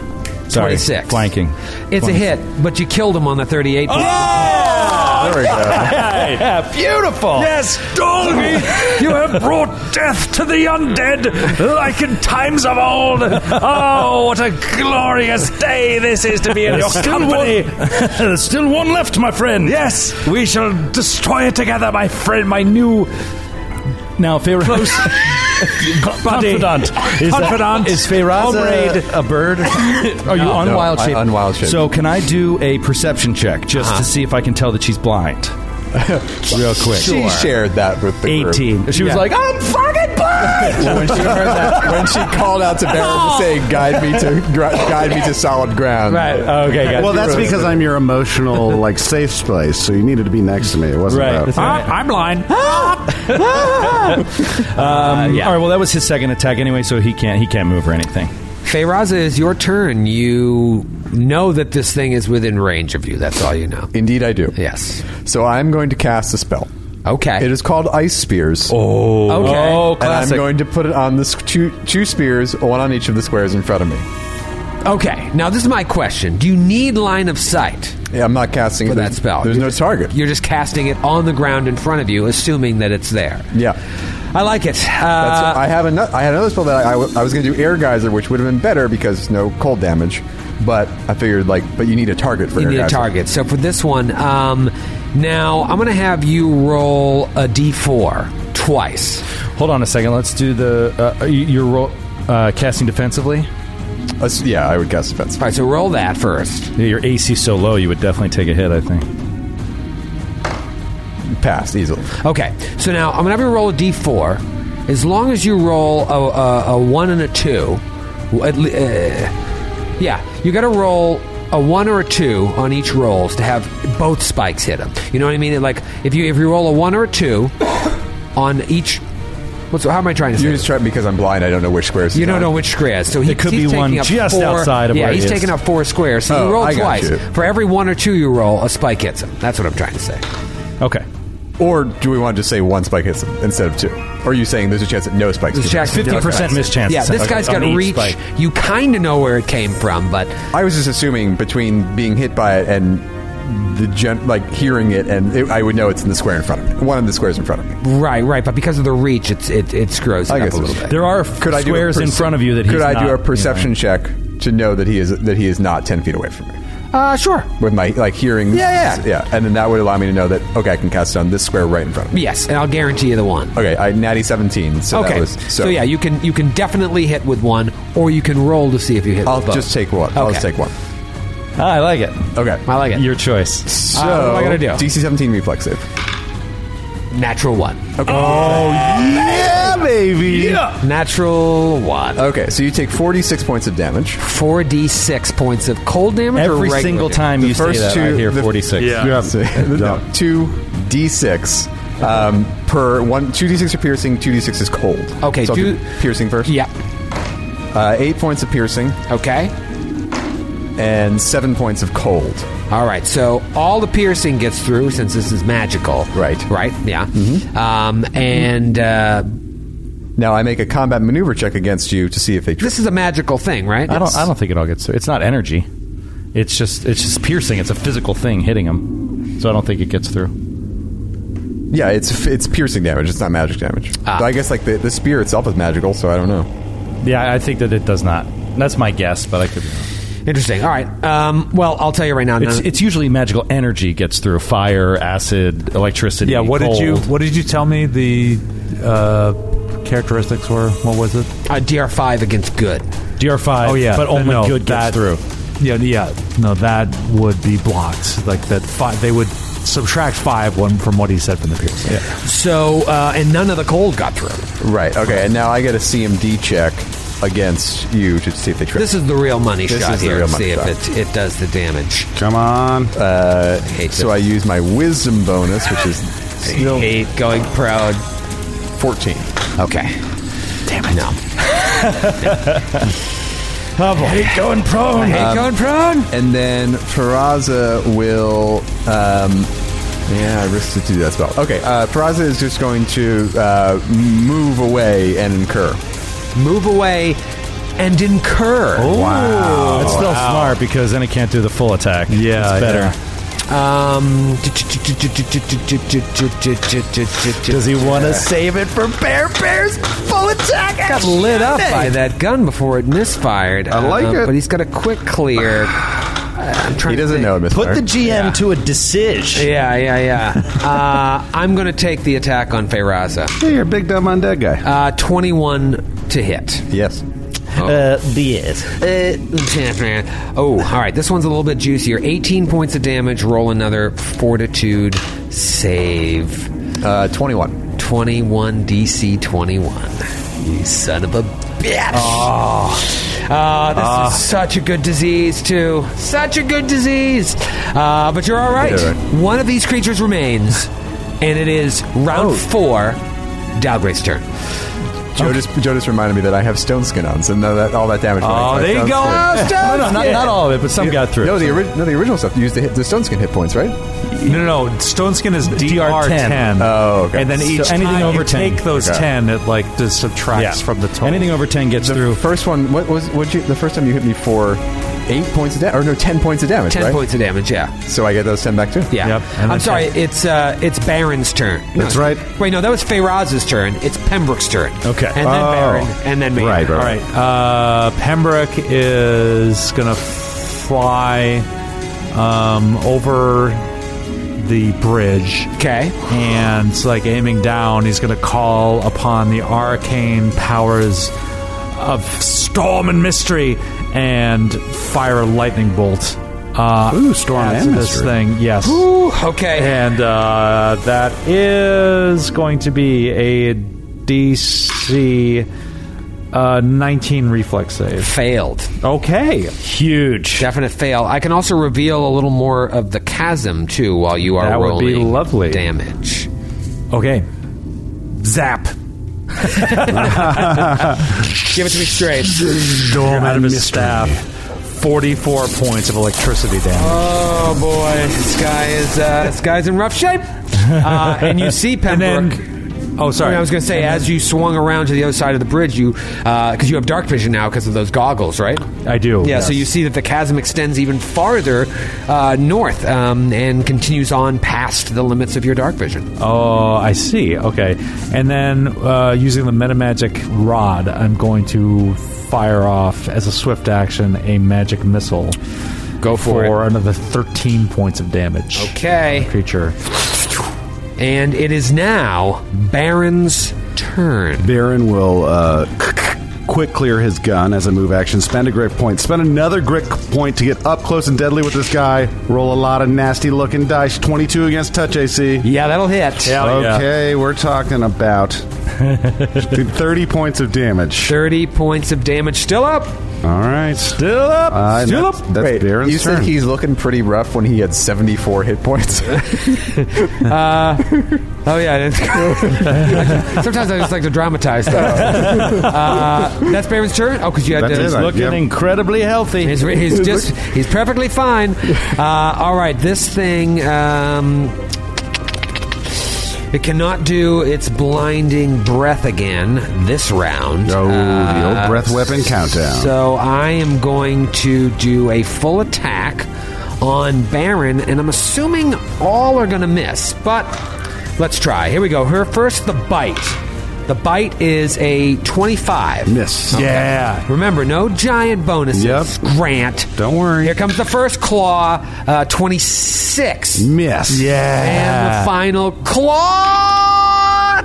Speaker 2: 26.
Speaker 3: Flanking.
Speaker 2: It's a hit, but you killed him on the thirty-eight.
Speaker 5: Oh,
Speaker 4: There we go.
Speaker 3: Yeah, beautiful.
Speaker 7: Yes, Dolby, you have brought death to the undead like in times of old. Oh, what a glorious day this is to be in your company.
Speaker 3: There's still one left, my friend.
Speaker 7: Yes, we shall destroy it together, my friend, my new
Speaker 3: Now, Feyre- Close.
Speaker 7: buddy.
Speaker 3: Confidant. Is
Speaker 7: Confidant.
Speaker 3: That, is Feyraz a, a bird? Are you on
Speaker 4: no,
Speaker 3: wild
Speaker 4: I-
Speaker 3: shape?
Speaker 4: on wild shape.
Speaker 3: So can I do a perception check just
Speaker 7: Uh-huh.
Speaker 3: to see if I can tell that she's blind? Real quick.
Speaker 4: She shared that with the group.
Speaker 3: 18. She was like, I'm fucking blind!
Speaker 4: Well, when she heard that, when she called out to Baron to say, "Guide me to gri- guide me to solid ground."
Speaker 3: Right. Okay, guys.
Speaker 6: Well, that's because I'm your emotional, like, safe space, so you needed to be next to me. It wasn't
Speaker 3: Right.
Speaker 6: about-
Speaker 3: That's
Speaker 7: Ah, I'm blind.
Speaker 4: Uh,
Speaker 3: Um, All right. Well, that was his second attack anyway, so he can't he can't move or anything.
Speaker 2: Feyraza, it is your turn. You know that this thing is within range of you. That's all you know.
Speaker 4: Indeed, I do.
Speaker 2: Yes.
Speaker 4: So I'm going to cast a spell.
Speaker 2: Okay.
Speaker 4: It is called Ice Spears.
Speaker 3: Oh.
Speaker 2: Okay.
Speaker 3: Oh,
Speaker 4: and I'm
Speaker 3: classic.
Speaker 4: going to put it on the s- two, two spears, one on each of the squares in front of me.
Speaker 2: okay. Now, this is my question. Do you need line of sight
Speaker 4: Yeah, I'm not casting
Speaker 2: for
Speaker 4: there's-
Speaker 2: that spell?
Speaker 4: There's
Speaker 2: You're
Speaker 4: no
Speaker 2: just-
Speaker 4: target.
Speaker 2: You're just casting it on the ground in front of you, assuming that it's there.
Speaker 4: Yeah.
Speaker 2: I like it.
Speaker 4: That's,
Speaker 2: Uh,
Speaker 4: I have another. I had another spell that I, I w- I was going to do air geyser, which would have been better because no cold damage. But I figured like, but you need a target for
Speaker 2: you
Speaker 4: air
Speaker 2: need a
Speaker 4: geyser.
Speaker 2: target. So for this one, um, now I'm going to have you roll a d4 twice.
Speaker 3: Hold on a second. Let's do the. Uh, you- you're roll, uh, casting defensively.
Speaker 4: Uh, s- yeah, I would cast defense.
Speaker 2: All right, so roll that first.
Speaker 3: Yeah, your AC so low, you would definitely take a hit. I think.
Speaker 4: Pass easily.
Speaker 2: Okay, so now I'm gonna have you roll a d4. As long as you roll a, a, a one and a two, w- at le- uh, yeah, you got to roll a one or a two on each rolls to have both spikes hit them. You know what I mean? Like if you if you roll a one or a two on each, what's how am I trying to say?
Speaker 4: You
Speaker 2: this?
Speaker 4: just try because I'm blind. I don't know which squares.
Speaker 2: You
Speaker 4: he's
Speaker 2: don't
Speaker 4: on.
Speaker 2: know which square. it is. So he
Speaker 3: It could
Speaker 2: he's
Speaker 3: be
Speaker 2: taking
Speaker 3: one
Speaker 2: up
Speaker 3: just
Speaker 2: four,
Speaker 3: outside of
Speaker 2: Yeah,
Speaker 3: where
Speaker 2: he's
Speaker 3: it is.
Speaker 2: taking up four squares. So
Speaker 4: Oh,
Speaker 2: you roll
Speaker 4: I got
Speaker 2: twice.
Speaker 4: you.
Speaker 2: For every one or two you roll, a spike hits him. That's what I'm trying to say.
Speaker 3: Okay.
Speaker 4: Or do we want to just say one spike hits him instead of two? Or are you saying there's a chance that no spikes?
Speaker 2: This
Speaker 4: hit him?
Speaker 2: jack's
Speaker 3: Fifty percent miss chance.
Speaker 2: Yeah, this guy's
Speaker 3: Okay,
Speaker 2: got
Speaker 3: on each
Speaker 2: reach.
Speaker 3: spike.
Speaker 2: You kind of know where it came from, but
Speaker 4: I was just assuming between being hit by it and the gen- like hearing it, and it, I would know it's in the square in front of me. One of the squares in front of me.
Speaker 2: right, right. But because of the reach, it's it, it screws it
Speaker 4: I
Speaker 2: up
Speaker 4: guess
Speaker 2: a
Speaker 4: it
Speaker 2: little
Speaker 4: was-
Speaker 2: bit.
Speaker 3: There are f-
Speaker 4: I do a
Speaker 3: squares in
Speaker 4: perce-
Speaker 3: front of you that he's
Speaker 4: could I do
Speaker 3: not,
Speaker 4: a perception check to know that he is that he is not ten feet away from me
Speaker 2: uh, sure.
Speaker 4: with my like hearing?
Speaker 2: Yeah, yeah.
Speaker 4: yeah. And then that would allow me to know that okay, I can cast it on this square right in front of me.
Speaker 2: Yes, and I'll guarantee you the one.
Speaker 4: Okay, I natty seventeen. So
Speaker 2: okay.
Speaker 4: that was,
Speaker 2: so. yeah, you can you can definitely hit with one, or you can roll to see if you hit.
Speaker 4: I'll
Speaker 2: with both.
Speaker 4: just take one. I'll
Speaker 2: Okay.
Speaker 4: just take one.
Speaker 3: Ah, I like it.
Speaker 4: Okay.
Speaker 2: I like it.
Speaker 3: Your choice.
Speaker 4: So
Speaker 2: uh, what am I gonna do?
Speaker 4: DC seventeen reflex save. Oh,
Speaker 2: natural one.
Speaker 4: Yeah, baby.
Speaker 2: Natural one.
Speaker 4: Okay, so you take forty-six points of damage.
Speaker 2: Four d six points of cold damage. or
Speaker 3: Every
Speaker 2: regular
Speaker 3: single
Speaker 2: damage?
Speaker 3: time
Speaker 4: The
Speaker 3: you say
Speaker 4: first
Speaker 3: that, I
Speaker 4: two-
Speaker 3: hear
Speaker 4: the-
Speaker 3: forty-six.
Speaker 6: Yeah.
Speaker 4: So, no, two d6 Um, per one, two d six are piercing, two d six is cold.
Speaker 8: Okay,
Speaker 4: so I'll
Speaker 8: do-
Speaker 4: do piercing first.
Speaker 8: Yep.
Speaker 4: uh, eight points of piercing
Speaker 8: Okay.
Speaker 4: and seven points of cold.
Speaker 2: All right, so all the piercing gets through since this is magical.
Speaker 4: Right.
Speaker 2: Right, yeah. Um, and uh,
Speaker 4: Now I make a combat maneuver check against you to see if they. Tr-
Speaker 2: this is a magical thing, right?
Speaker 3: I don't. I don't think it all gets. It's not energy. It's just. It's just piercing. It's a physical thing hitting him. So I don't think it gets through.
Speaker 4: yeah, it's it's piercing damage. It's not magic damage.
Speaker 2: Ah.
Speaker 4: But I guess like the, the spear itself is magical, so I don't know.
Speaker 3: Yeah, I think that it does not. That's my guess, but I could. be wrong.
Speaker 2: Interesting. All right. Um, well, I'll tell you right now.
Speaker 3: It's
Speaker 2: none-
Speaker 3: it's usually magical energy gets through fire, acid, electricity.
Speaker 5: Yeah, what did you
Speaker 3: cold.
Speaker 5: what did you tell me the uh, characteristics were? What was it?
Speaker 2: uh, DR5 against good.
Speaker 3: DR five?
Speaker 5: Oh yeah,
Speaker 3: but only
Speaker 5: no,
Speaker 3: good gets
Speaker 5: that-
Speaker 3: through.
Speaker 5: Yeah, yeah. No, that would be blocked. Like that, five, they would subtract five one from what he said from the piercing.
Speaker 2: So, uh, and none of the cold got through.
Speaker 4: Right. Okay. And now I get a CMD check against you to see if they trip.
Speaker 2: This is the real money
Speaker 4: This
Speaker 2: shot
Speaker 4: is the
Speaker 2: here.
Speaker 4: real
Speaker 2: to
Speaker 4: money
Speaker 2: see
Speaker 4: shot.
Speaker 2: if it, it does the damage.
Speaker 6: Come on.
Speaker 2: I hate
Speaker 4: so
Speaker 2: this.
Speaker 4: I use my wisdom bonus, which is still
Speaker 2: hate going proud.
Speaker 4: fourteen.
Speaker 2: Okay. Damn it. No.
Speaker 3: Hate going prone.
Speaker 2: Hate going proud.
Speaker 4: And then Faraza will. Um, yeah, I risked to do that spell. Okay, uh, Faraza is just going to uh, move away and incur.
Speaker 2: Move away and incur.
Speaker 3: Wow, it's still smart because then it can't do the full attack.
Speaker 5: Yeah,
Speaker 3: it's better.
Speaker 5: yeah.
Speaker 2: Um,
Speaker 3: Does he want to?
Speaker 4: Save it for Bear Bear's full attack.
Speaker 2: got lit up by that gun before it misfired. I
Speaker 6: like it.
Speaker 2: But he's got a quick clear. I'm trying
Speaker 4: He
Speaker 2: to
Speaker 4: doesn't
Speaker 2: think.
Speaker 4: know it, Mister.
Speaker 9: Put the GM to a decision.
Speaker 2: Yeah, yeah, yeah. uh, I'm going to take the attack on Feyraza.
Speaker 6: hey, you're a big dumb undead guy.
Speaker 2: Uh, 21 to hit.
Speaker 4: yes.
Speaker 9: Uh, yes. Uh,
Speaker 2: oh, all right. This one's a little bit juicier. 18 points of damage. Roll another fortitude save.
Speaker 4: Uh, Twenty-one.
Speaker 2: 21 DC 21. You son of a bitch. Uh, this is such a good disease, too. Such a good disease. Uh, but you're all right.
Speaker 4: Yeah, right.
Speaker 2: One of these creatures remains, and it is round four, Dalgrace's turn.
Speaker 4: Joe just Joe just reminded me that I have stone skin on, so no, that all that damage.
Speaker 5: Oh, there you go.
Speaker 3: No, no, not, not all of it, but some got through.
Speaker 4: No, the, ori- no, the original stuff used the, hit, the stone skin hit points, right?
Speaker 5: No, no, no. Stone skin is DR
Speaker 3: DR10.
Speaker 5: ten.
Speaker 4: Oh, okay.
Speaker 5: And then
Speaker 4: So
Speaker 5: each
Speaker 3: anything
Speaker 5: time
Speaker 3: over
Speaker 5: you
Speaker 3: 10.
Speaker 5: take those
Speaker 4: Okay.
Speaker 5: ten, it like just subtracts from the total.
Speaker 3: Anything over ten gets
Speaker 4: The
Speaker 3: through.
Speaker 4: first one, what was what you the first time you hit me for eight points of damage, or no, ten points of damage,
Speaker 2: 10
Speaker 4: right?
Speaker 2: points of damage, yeah.
Speaker 4: So I get those ten back too.
Speaker 2: Yeah.
Speaker 5: Yep, and
Speaker 2: I'm
Speaker 5: then
Speaker 2: sorry, it's uh, it's Baron's turn. No,
Speaker 6: That's right.
Speaker 2: Wait, no, that was Feyraz's turn. It's Pembroke's turn.
Speaker 3: Okay.
Speaker 2: And then
Speaker 6: Oh.
Speaker 2: Baron, and then me.
Speaker 6: Right, right.
Speaker 5: All right. Uh, Pembroke is gonna fly um, over the bridge.
Speaker 2: Okay.
Speaker 5: and it's like aiming down, he's going to call upon the arcane powers of storm and mystery and fire a lightning bolt. Uh,
Speaker 6: Ooh, storm
Speaker 5: at
Speaker 6: and
Speaker 5: this
Speaker 6: mystery.
Speaker 5: thing, yes.
Speaker 2: Ooh, okay.
Speaker 5: And uh, that is going to be a DC uh, 19 reflex save.
Speaker 2: Failed.
Speaker 5: Okay,
Speaker 3: Huge.
Speaker 2: Definite fail. I can also reveal a little more of the chasm too while you are
Speaker 5: That would
Speaker 2: rolling
Speaker 5: be lovely.
Speaker 2: damage.
Speaker 5: okay. Zap.
Speaker 2: Give it to me straight.
Speaker 5: Storm out of his staff. 44 points of electricity damage.
Speaker 2: Oh boy, this guy is uh, this guy's in rough shape. Uh, and you see
Speaker 5: and
Speaker 2: Pembroke.
Speaker 5: then oh sorry
Speaker 2: I was going to say, as you swung around to the other side of the bridge, you because you have dark vision now because of those goggles, right?
Speaker 5: i do
Speaker 2: Yeah, so you see that the chasm extends even farther uh, north um, and continues on past the limits of your dark vision.
Speaker 5: oh i see okay and then uh, using the metamagic rod i'm going to fire off as a swift action a magic missile
Speaker 2: Go for,
Speaker 5: for
Speaker 2: it.
Speaker 5: another 13 points of damage
Speaker 2: Okay.
Speaker 5: creature
Speaker 2: And it is now Baron's turn.
Speaker 6: Baron will uh, quick clear his gun as a move action, spend a grit point, spend another grit point to get up close and deadly with this guy, roll a lot of nasty looking dice. 22 against touch AC.
Speaker 2: Yeah, that'll hit.
Speaker 3: Oh,
Speaker 6: okay, we're talking about 30 points of damage.
Speaker 2: 30 points of damage still up.
Speaker 6: All right.
Speaker 3: Still up.
Speaker 6: Uh, and
Speaker 3: still
Speaker 6: that's,
Speaker 3: up.
Speaker 6: That's
Speaker 4: Wait,
Speaker 6: Baron's
Speaker 4: you
Speaker 6: turn.
Speaker 4: said he's looking pretty rough when he had 74 hit points. Uh,
Speaker 2: Oh yeah, it is. sometimes I just like to dramatize stuff. Uh, that's Baron's turn. Oh, because you had
Speaker 6: That's
Speaker 2: to.
Speaker 6: it, I-
Speaker 3: Looking
Speaker 6: Yep.
Speaker 3: incredibly healthy.
Speaker 2: He's, he's just he's perfectly fine. Uh, all right, this thing um, it cannot do its blinding breath again this round.
Speaker 6: Oh, the
Speaker 4: uh,
Speaker 6: old breath weapon countdown.
Speaker 2: So I am going to do a full attack on Baron, and I'm assuming all are going to miss, but let's try. Here we go. Her first, the bite. The bite is a 25.
Speaker 6: Miss.
Speaker 5: Yeah.
Speaker 2: Remember, no giant bonuses.
Speaker 6: Yep.
Speaker 2: Grant.
Speaker 6: Don't worry.
Speaker 2: Here comes the first claw, uh, 26.
Speaker 6: Miss.
Speaker 2: And the
Speaker 5: Yeah.
Speaker 2: final claw.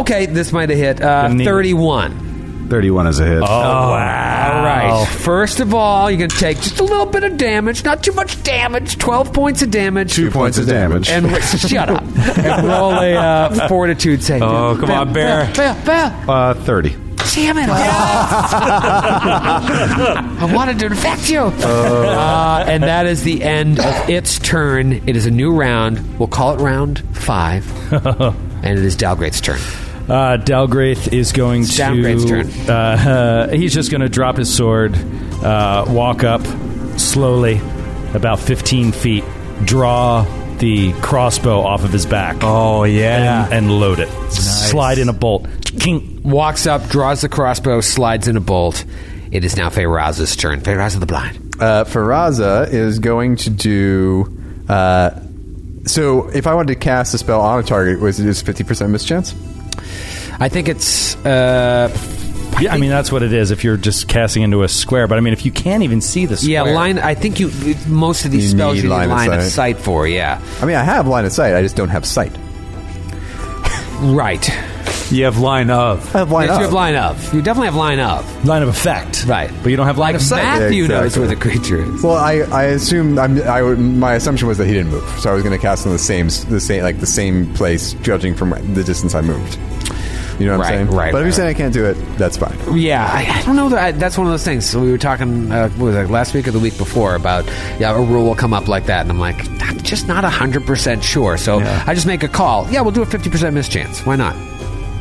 Speaker 2: Okay, this might have hit uh,
Speaker 3: Didn't need it.
Speaker 2: 31.
Speaker 6: 31 is a hit.
Speaker 3: oh,
Speaker 2: All
Speaker 3: wow.
Speaker 2: right. First of all, you're going to take just a little bit of damage, not too much damage, 12 points of damage.
Speaker 6: Two points of damage.
Speaker 2: And shut up. And roll a uh, fortitude save.
Speaker 5: Oh, come on, Bear.
Speaker 2: Fail, fail, fail.
Speaker 6: Uh, 30.
Speaker 2: Damn it. I wanted to infect you. Uh, and that is the end of its turn. It is a new round. We'll call it round five. and it is Dalgrate's turn.
Speaker 3: Uh, Dalgraith is going to.
Speaker 2: Downgrade's turn.
Speaker 3: Uh, uh, he's just going to drop his sword, uh, walk up slowly, about 15 feet, draw the crossbow off of his back.
Speaker 5: Oh, yeah.
Speaker 3: And, and load it. Slide in a bolt. Kink.
Speaker 2: Walks up, draws the crossbow, slides in a bolt. It is now Feyraz's turn. Feyraz of the Blind.
Speaker 4: uh, Faraza is going to do. Uh, so, if I wanted to cast a spell on a target, was it just fifty percent mischance?
Speaker 2: I think it's. Uh,
Speaker 3: Yeah, I mean that's what it is. If you're just casting into a square, but I mean if you can't even see the square,
Speaker 2: yeah, line. I think you. Most of these
Speaker 4: You
Speaker 2: spells
Speaker 4: need
Speaker 2: you need line,
Speaker 4: line of
Speaker 2: of
Speaker 4: sight.
Speaker 2: sight for, yeah.
Speaker 4: I mean, I have line of sight. I just don't have sight.
Speaker 2: Right.
Speaker 5: You have line of.
Speaker 4: I have line
Speaker 2: yes,
Speaker 4: up.
Speaker 2: you have line of. You definitely have line of.
Speaker 3: line of effect,
Speaker 2: Right.
Speaker 3: But you don't have line
Speaker 2: Like
Speaker 3: of sight.
Speaker 2: Matthew
Speaker 4: Yeah,
Speaker 2: knows
Speaker 4: exactly.
Speaker 2: where the creature is.
Speaker 4: Well, I I assume I'm, I would- my assumption was that he didn't move, so I was going to cast on the same the same like the same place, judging from the distance I moved. You know what
Speaker 2: Right,
Speaker 4: I'm saying?
Speaker 2: right,
Speaker 4: But if
Speaker 2: right,
Speaker 4: you're saying I can't do it, that's fine.
Speaker 2: Yeah, I, I don't know. That, I, that's one of those things. So we were talking, uh, what was it, last week or the week before about yeah, a rule will come up like that, and I'm like, I'm just not hundred percent sure. So I just make a call. Yeah, we'll do a fifty percent mischance. Why not?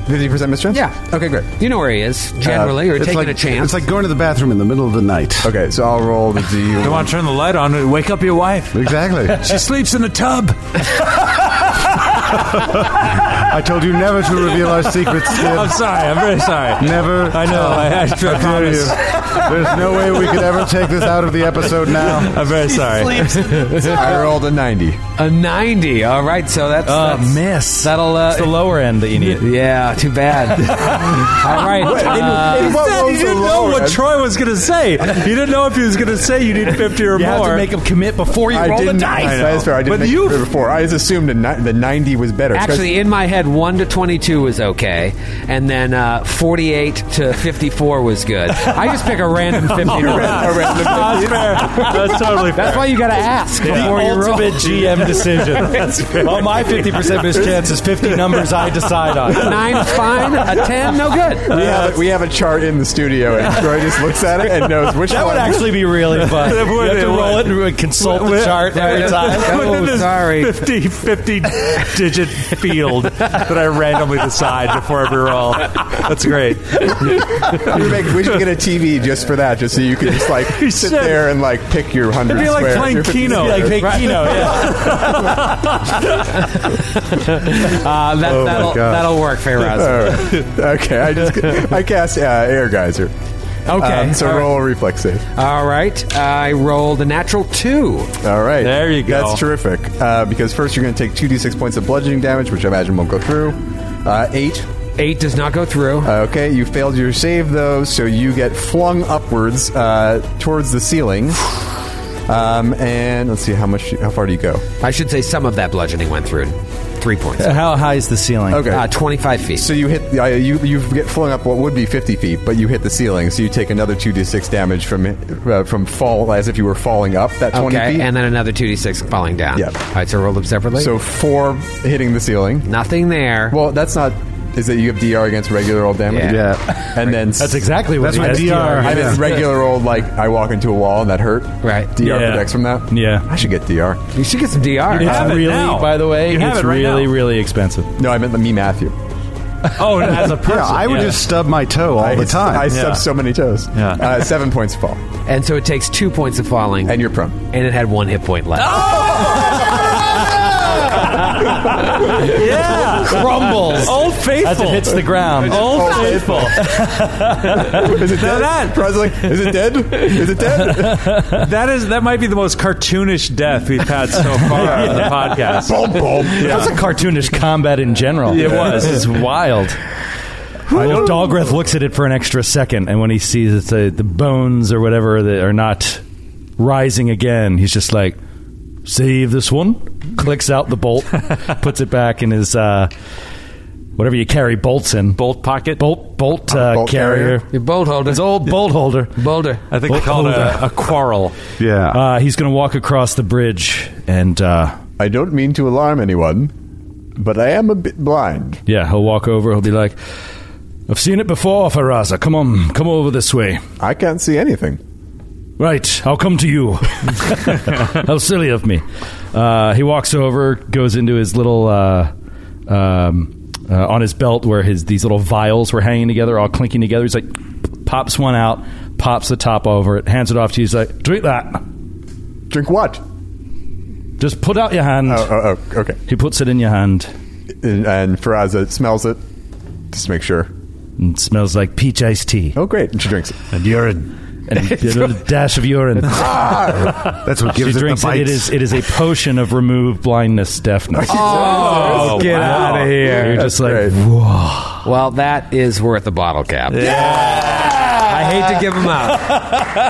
Speaker 4: Fifty percent mischance.
Speaker 2: Yeah.
Speaker 4: Okay, great.
Speaker 2: You know where he is generally,
Speaker 6: Uh,
Speaker 2: or
Speaker 6: it's
Speaker 2: taking
Speaker 6: like-
Speaker 2: a chance.
Speaker 6: It's like going to the bathroom in the middle of the night.
Speaker 4: Okay, so I'll roll the D.
Speaker 5: Come on, turn the light on and wake up your wife.
Speaker 6: Exactly.
Speaker 5: She sleeps in the tub.
Speaker 6: I told you never to reveal our secrets,
Speaker 5: I'm
Speaker 6: Skip.
Speaker 5: sorry. I'm very sorry.
Speaker 6: Never.
Speaker 5: I know. I, I,
Speaker 6: I dare you.
Speaker 5: promise.
Speaker 6: There's no way we could ever take this out of the episode now.
Speaker 5: I'm very sorry.
Speaker 4: I rolled a ninety.
Speaker 2: a ninety. All right, so that's,
Speaker 3: Uh,
Speaker 2: that's
Speaker 3: miss.
Speaker 2: That'll.
Speaker 3: It's the
Speaker 2: Uh,
Speaker 3: lower end that you need.
Speaker 2: yeah, too bad. All right. uh,
Speaker 5: He said he didn't know what Troy was going to say. He didn't know if he was going to say you need 50 or
Speaker 3: You
Speaker 5: more.
Speaker 3: have to make him commit before you
Speaker 4: I
Speaker 3: roll the
Speaker 4: didn't.
Speaker 3: dice.
Speaker 4: that is fair. I didn't
Speaker 5: But
Speaker 4: make
Speaker 5: you-
Speaker 4: it clear before. I just assumed a ni- the ninety was better.
Speaker 2: Actually, in my head, 1 to 22 was okay, and then uh, 48 to 54 was good. I just pick a random 50
Speaker 4: A random
Speaker 5: That's fair. That's totally fair.
Speaker 2: That's why you got to ask before you roll.
Speaker 3: ultimate GM decision. well, my 50% mischance is 50 numbers I decide on.
Speaker 2: Nine's fine, a 10, no good.
Speaker 4: we, have a, we have a chart in the studio, and Troy just looks at it and knows which
Speaker 3: That
Speaker 4: one.
Speaker 3: would actually be really fun.
Speaker 5: That
Speaker 3: you
Speaker 5: would,
Speaker 3: have to
Speaker 5: it
Speaker 3: roll
Speaker 5: would.
Speaker 3: it and consult
Speaker 5: Wh-
Speaker 3: the
Speaker 5: wh-
Speaker 3: chart every time.
Speaker 5: Within
Speaker 2: Oh,
Speaker 5: this
Speaker 2: sorry.
Speaker 5: 50, 50 digit field that I randomly decide before every roll. That's great.
Speaker 4: we, make, we should get a TV just for that, just so you can just like
Speaker 5: You
Speaker 4: sit
Speaker 5: should.
Speaker 4: there and like pick your hundred.
Speaker 5: It'd be like
Speaker 4: square,
Speaker 5: playing
Speaker 4: your 50
Speaker 5: Keno.
Speaker 4: square.
Speaker 3: Like, hey, Keno, yeah.
Speaker 6: my
Speaker 2: Uh, that, that'll,
Speaker 6: God.
Speaker 2: that'll work, Feyraz.
Speaker 4: All right. Okay, I just I cast uh, air geyser.
Speaker 2: Okay.
Speaker 4: Um, so
Speaker 2: all right.
Speaker 4: roll a reflex save.
Speaker 2: All right. I rolled a natural 2.
Speaker 4: All right.
Speaker 5: There you go.
Speaker 4: That's terrific. Uh, because first you're going to take 2d6 points of bludgeoning damage, which I imagine won't go through. Uh, eight.
Speaker 2: 8 does not go through.
Speaker 4: Okay, you failed your save though, so you get flung upwards uh, towards the ceiling. Um, and let's see how much, how far do you go?
Speaker 2: I should say some of that bludgeoning went through. 3 points.
Speaker 3: How high is the ceiling?
Speaker 4: Okay,
Speaker 2: Uh, 25 feet.
Speaker 4: so you hit, uh, you you get flung up what would be fifty feet, but you hit the ceiling, so you take another two d six damage from uh, from fall as if you were falling up that twenty
Speaker 2: okay,
Speaker 4: feet.
Speaker 2: and then another 2d6 falling down.
Speaker 4: Yep.
Speaker 2: All right, so roll them separately.
Speaker 4: so four hitting the ceiling.
Speaker 2: Nothing there.
Speaker 4: Well, that's not. is that you have DR against regular old damage.
Speaker 6: Yeah.
Speaker 4: And then
Speaker 3: That's exactly what
Speaker 6: That's
Speaker 3: it
Speaker 6: my
Speaker 3: is.
Speaker 6: DR.
Speaker 4: And
Speaker 6: Yeah.
Speaker 4: it's regular old like I walk into a wall and that hurt.
Speaker 2: Right.
Speaker 4: DR
Speaker 3: Yeah.
Speaker 4: protects from that.
Speaker 3: Yeah.
Speaker 4: I should get DR.
Speaker 2: You should get some DR.
Speaker 3: It's
Speaker 5: have it
Speaker 3: really,
Speaker 5: now.
Speaker 3: by the way,
Speaker 5: You have
Speaker 3: it's
Speaker 5: it right
Speaker 3: really,
Speaker 5: now.
Speaker 3: really expensive.
Speaker 4: No, I meant the me Matthew.
Speaker 5: Oh, and as a person,
Speaker 6: Yeah, I would just stub my toe all
Speaker 4: I,
Speaker 6: the time.
Speaker 4: I stubbed
Speaker 5: Yeah.
Speaker 4: so many toes.
Speaker 5: Yeah.
Speaker 4: Uh, seven points of fall,
Speaker 2: And so it takes two points of falling,
Speaker 4: and
Speaker 2: and,
Speaker 4: you're prone.
Speaker 2: it had one hit point left.
Speaker 5: Oh, yeah,
Speaker 3: Crumbles.
Speaker 5: old faithful.
Speaker 3: As it hits the ground.
Speaker 5: Old faithful.
Speaker 4: Is it dead?
Speaker 5: that-
Speaker 4: Brad's like, is it dead? Is it dead?
Speaker 5: That is that might be the most cartoonish death we've had so far on the podcast.
Speaker 4: boom, boom.
Speaker 3: That's a cartoonish combat in general.
Speaker 5: It was.
Speaker 3: It's wild. Well, Dahlgreth looks at it for an extra second, and when he sees it's uh the bones or whatever that are not rising again, he's just like, "Save this one." Clicks out the bolt, puts it back in his uh, whatever you carry bolts in
Speaker 5: Bolt pocket.
Speaker 3: bolt bolt, uh,
Speaker 4: bolt
Speaker 3: carrier.
Speaker 4: carrier.
Speaker 2: Your bolt holder.
Speaker 3: His old bolt holder.
Speaker 2: Boulder.
Speaker 5: I think they call it a, a quarrel.
Speaker 6: yeah.
Speaker 3: Uh, he's going to walk across the bridge and uh,
Speaker 4: I don't mean to alarm anyone, but I am a bit blind.
Speaker 3: Yeah, he'll walk over. He'll be like, "I've seen it before, Faraza. Come on, come over this way.
Speaker 4: I can't see anything.
Speaker 3: Right, I'll come to you. How silly of me." Uh, he walks over, goes into his little uh, um, uh, on his belt where his these little vials were hanging together, all clinking together. He's like, pops one out, pops the top over it, hands it off to you. He's like, "Drink that.
Speaker 4: Drink what?
Speaker 3: Just put out your hand."
Speaker 4: Oh, oh, oh okay.
Speaker 3: He puts it in your hand
Speaker 4: And, and Farazza smells it, just to make sure.
Speaker 3: and smells like peach iced tea
Speaker 4: Oh, great. And she drinks it.
Speaker 3: and urine and a little dash of urine.
Speaker 4: Ah!
Speaker 6: That's what
Speaker 3: She
Speaker 6: gives it the
Speaker 3: drinks it.
Speaker 6: bites.
Speaker 3: It is it is a potion of remove blindness deafness.
Speaker 5: Oh,
Speaker 2: Get
Speaker 5: wow.
Speaker 2: out of here.
Speaker 3: You're just like
Speaker 4: Great.
Speaker 2: Well, that is worth a bottle cap. I hate to give them out,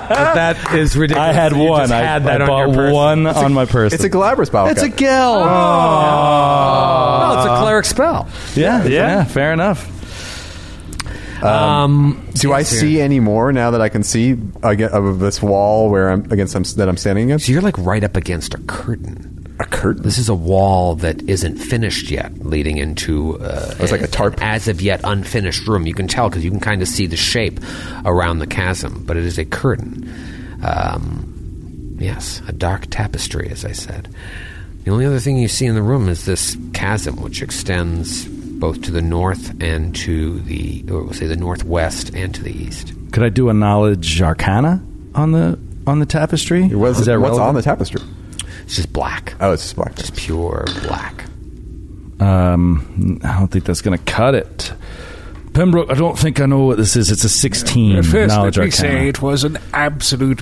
Speaker 2: but that is ridiculous.
Speaker 3: I had
Speaker 2: You just
Speaker 3: one. I,
Speaker 2: had that
Speaker 3: I
Speaker 2: on
Speaker 3: bought
Speaker 2: your person.
Speaker 3: one on my person.
Speaker 4: It's a Galabras bottle.
Speaker 3: It's a
Speaker 4: cap.
Speaker 3: gel.
Speaker 2: No, Oh, it's a cleric spell.
Speaker 3: Oh. Yeah, yeah, Fair enough.
Speaker 2: Um,
Speaker 4: Do I
Speaker 2: yes, here.
Speaker 4: see any more now that I can see aga- of this wall where I'm against I'm, that I'm standing against?
Speaker 2: So you're like right up against a curtain.
Speaker 4: A curtain.
Speaker 2: This is a wall that isn't finished yet, leading into uh,
Speaker 4: Oh, It's like a tarp.
Speaker 2: an as of yet unfinished room. You can tell because you can kind of see the shape around the chasm, but it is a curtain. Um, yes, a dark tapestry, as I said. The only other thing you see in the room is this chasm, which extends both to the north and to the, or we'll say the northwest and to the east.
Speaker 3: Could I do a knowledge arcana on the on the tapestry?
Speaker 4: What's,
Speaker 3: is that
Speaker 4: what's on the
Speaker 3: relevant?
Speaker 4: tapestry?
Speaker 2: It's just black,
Speaker 4: Oh, it's just black.
Speaker 2: just pure black.
Speaker 3: Um, I don't think that's going to cut it. Pembroke, I don't think I know what this is. It's a sixteen
Speaker 7: First,
Speaker 3: Mm, knowledge
Speaker 7: let
Speaker 3: arcana.
Speaker 7: me say it was an absolute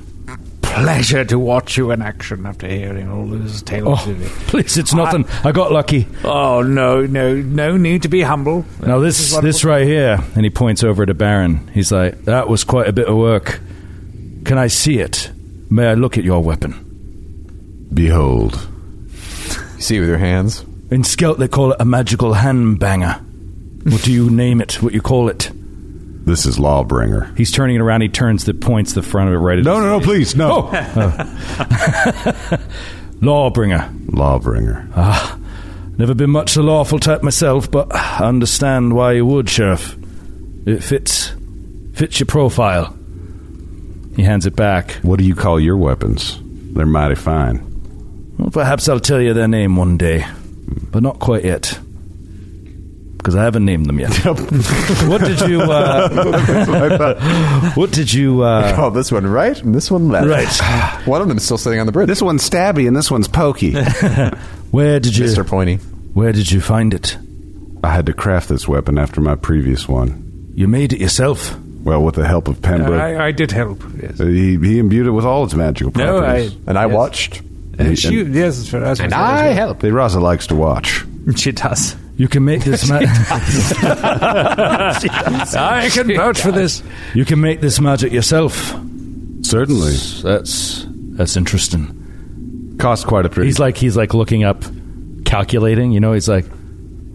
Speaker 7: pleasure to watch you in action after hearing all those tales.
Speaker 3: Oh,
Speaker 7: of you.
Speaker 3: please, it's nothing. I got lucky.
Speaker 7: Oh no, no, no need to be humble.
Speaker 3: Now this this right here, and he points over to Baron. He's like, "That was quite a bit of work. Can I see it? May I look at your weapon?"
Speaker 6: Behold.
Speaker 4: You see it with your hands.
Speaker 3: In Scout, they call it a magical hand banger. What do you name it? What you call it?
Speaker 6: This is Lawbringer.
Speaker 3: He's turning it around. He turns the points the front of it right. At
Speaker 6: No, no, no, please, no.
Speaker 3: Lawbringer. Ah,
Speaker 6: Lawbringer.
Speaker 3: Never been much the lawful type myself, but I understand why you would, Sheriff. It fits fits your profile. He hands it back.
Speaker 6: What do you call your weapons? They're mighty fine.
Speaker 3: Well, perhaps I'll tell you their name one day, but not quite yet. Because I haven't named them yet. what did you? Uh, what did you? Uh,
Speaker 4: Oh, this one right and this one left.
Speaker 3: Right.
Speaker 4: One of them is still sitting on the bridge.
Speaker 6: This one's stabby and this one's pokey.
Speaker 3: where did you?
Speaker 4: Mr. Pointy.
Speaker 3: Where did you find it?
Speaker 6: I had to craft this weapon after my previous one.
Speaker 3: You made it yourself.
Speaker 6: Well, with the help of Pembroke,
Speaker 7: I, I did help. Yes.
Speaker 6: he, he imbued it with all its magical
Speaker 7: No, I.
Speaker 6: properties.
Speaker 4: And I
Speaker 7: yes.
Speaker 4: watched.
Speaker 7: And she, yes, for us.
Speaker 2: And I help.
Speaker 6: The Raza likes to watch.
Speaker 5: She does.
Speaker 3: You can make this. Ma-
Speaker 7: I can vouch for this.
Speaker 3: you can make this magic yourself.
Speaker 6: Certainly.
Speaker 3: That's that's interesting.
Speaker 6: Cost quite a pretty.
Speaker 3: He's like he's like looking up, calculating. You know, he's like,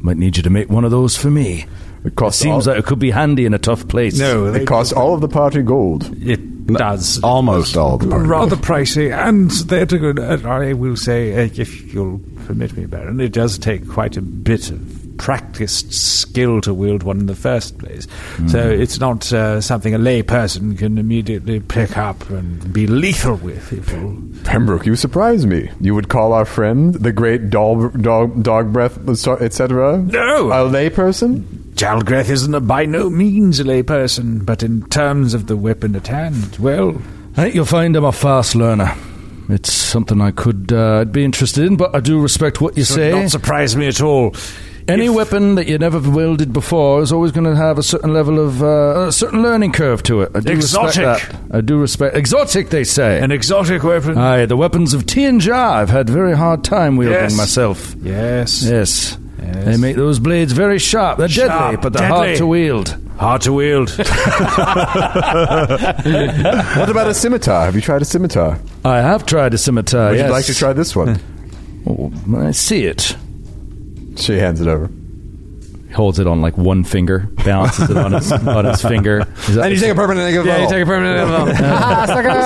Speaker 3: might need you to make one of those for me.
Speaker 4: It costs
Speaker 3: Seems
Speaker 4: all,
Speaker 3: like it could be handy in a tough place.
Speaker 7: No,
Speaker 4: it costs all of the party gold.
Speaker 7: it
Speaker 6: No,
Speaker 7: does.
Speaker 6: almost all the party.
Speaker 7: rather pricey, and they're too good. And I will say, uh, if you'll permit me, Baron, it does take quite a bit of
Speaker 1: practiced skill to wield one in the first place. So
Speaker 7: Hmm.
Speaker 1: it's not uh, something a lay person can immediately pick up and be lethal with. If you
Speaker 4: Pembroke, you surprise me. You would call our friend, the great dog, dog, dog breath, etc.
Speaker 1: No.
Speaker 4: a layperson.
Speaker 1: Jalgreth isn't a, by no means a lay person, but in terms of the weapon at hand, well,
Speaker 3: I think you'll find I'm a fast learner. It's something I could uh, I'd be interested in, but I do respect what you
Speaker 1: it
Speaker 3: say.
Speaker 1: would not surprise me at all.
Speaker 3: Any weapon that you never wielded before is always going to have a certain level of uh, a certain learning curve to it. I do
Speaker 1: Exotic.
Speaker 3: respect that. I do respect exotic. They say.
Speaker 1: An exotic
Speaker 7: Uh,
Speaker 1: weapon.
Speaker 3: Aye, the weapons of Tianjia I've had very hard time wielding
Speaker 1: Yes.
Speaker 3: myself.
Speaker 1: yes.
Speaker 3: Yes.
Speaker 1: Yes.
Speaker 3: They make those blades very sharp. They're
Speaker 1: Sharp,
Speaker 3: deadly, but they're
Speaker 1: deadly.
Speaker 3: hard to wield.
Speaker 1: Hard to wield.
Speaker 4: What about a scimitar? Have you tried a scimitar?
Speaker 3: I have tried a scimitar.
Speaker 4: Would
Speaker 3: yes.
Speaker 4: you like to try this one?
Speaker 3: Oh, I see it.
Speaker 4: she hands it over.
Speaker 3: Holds it on like one finger, balances it on his, on his finger. Is that-
Speaker 4: a permanent negative
Speaker 7: Yeah, you take a permanent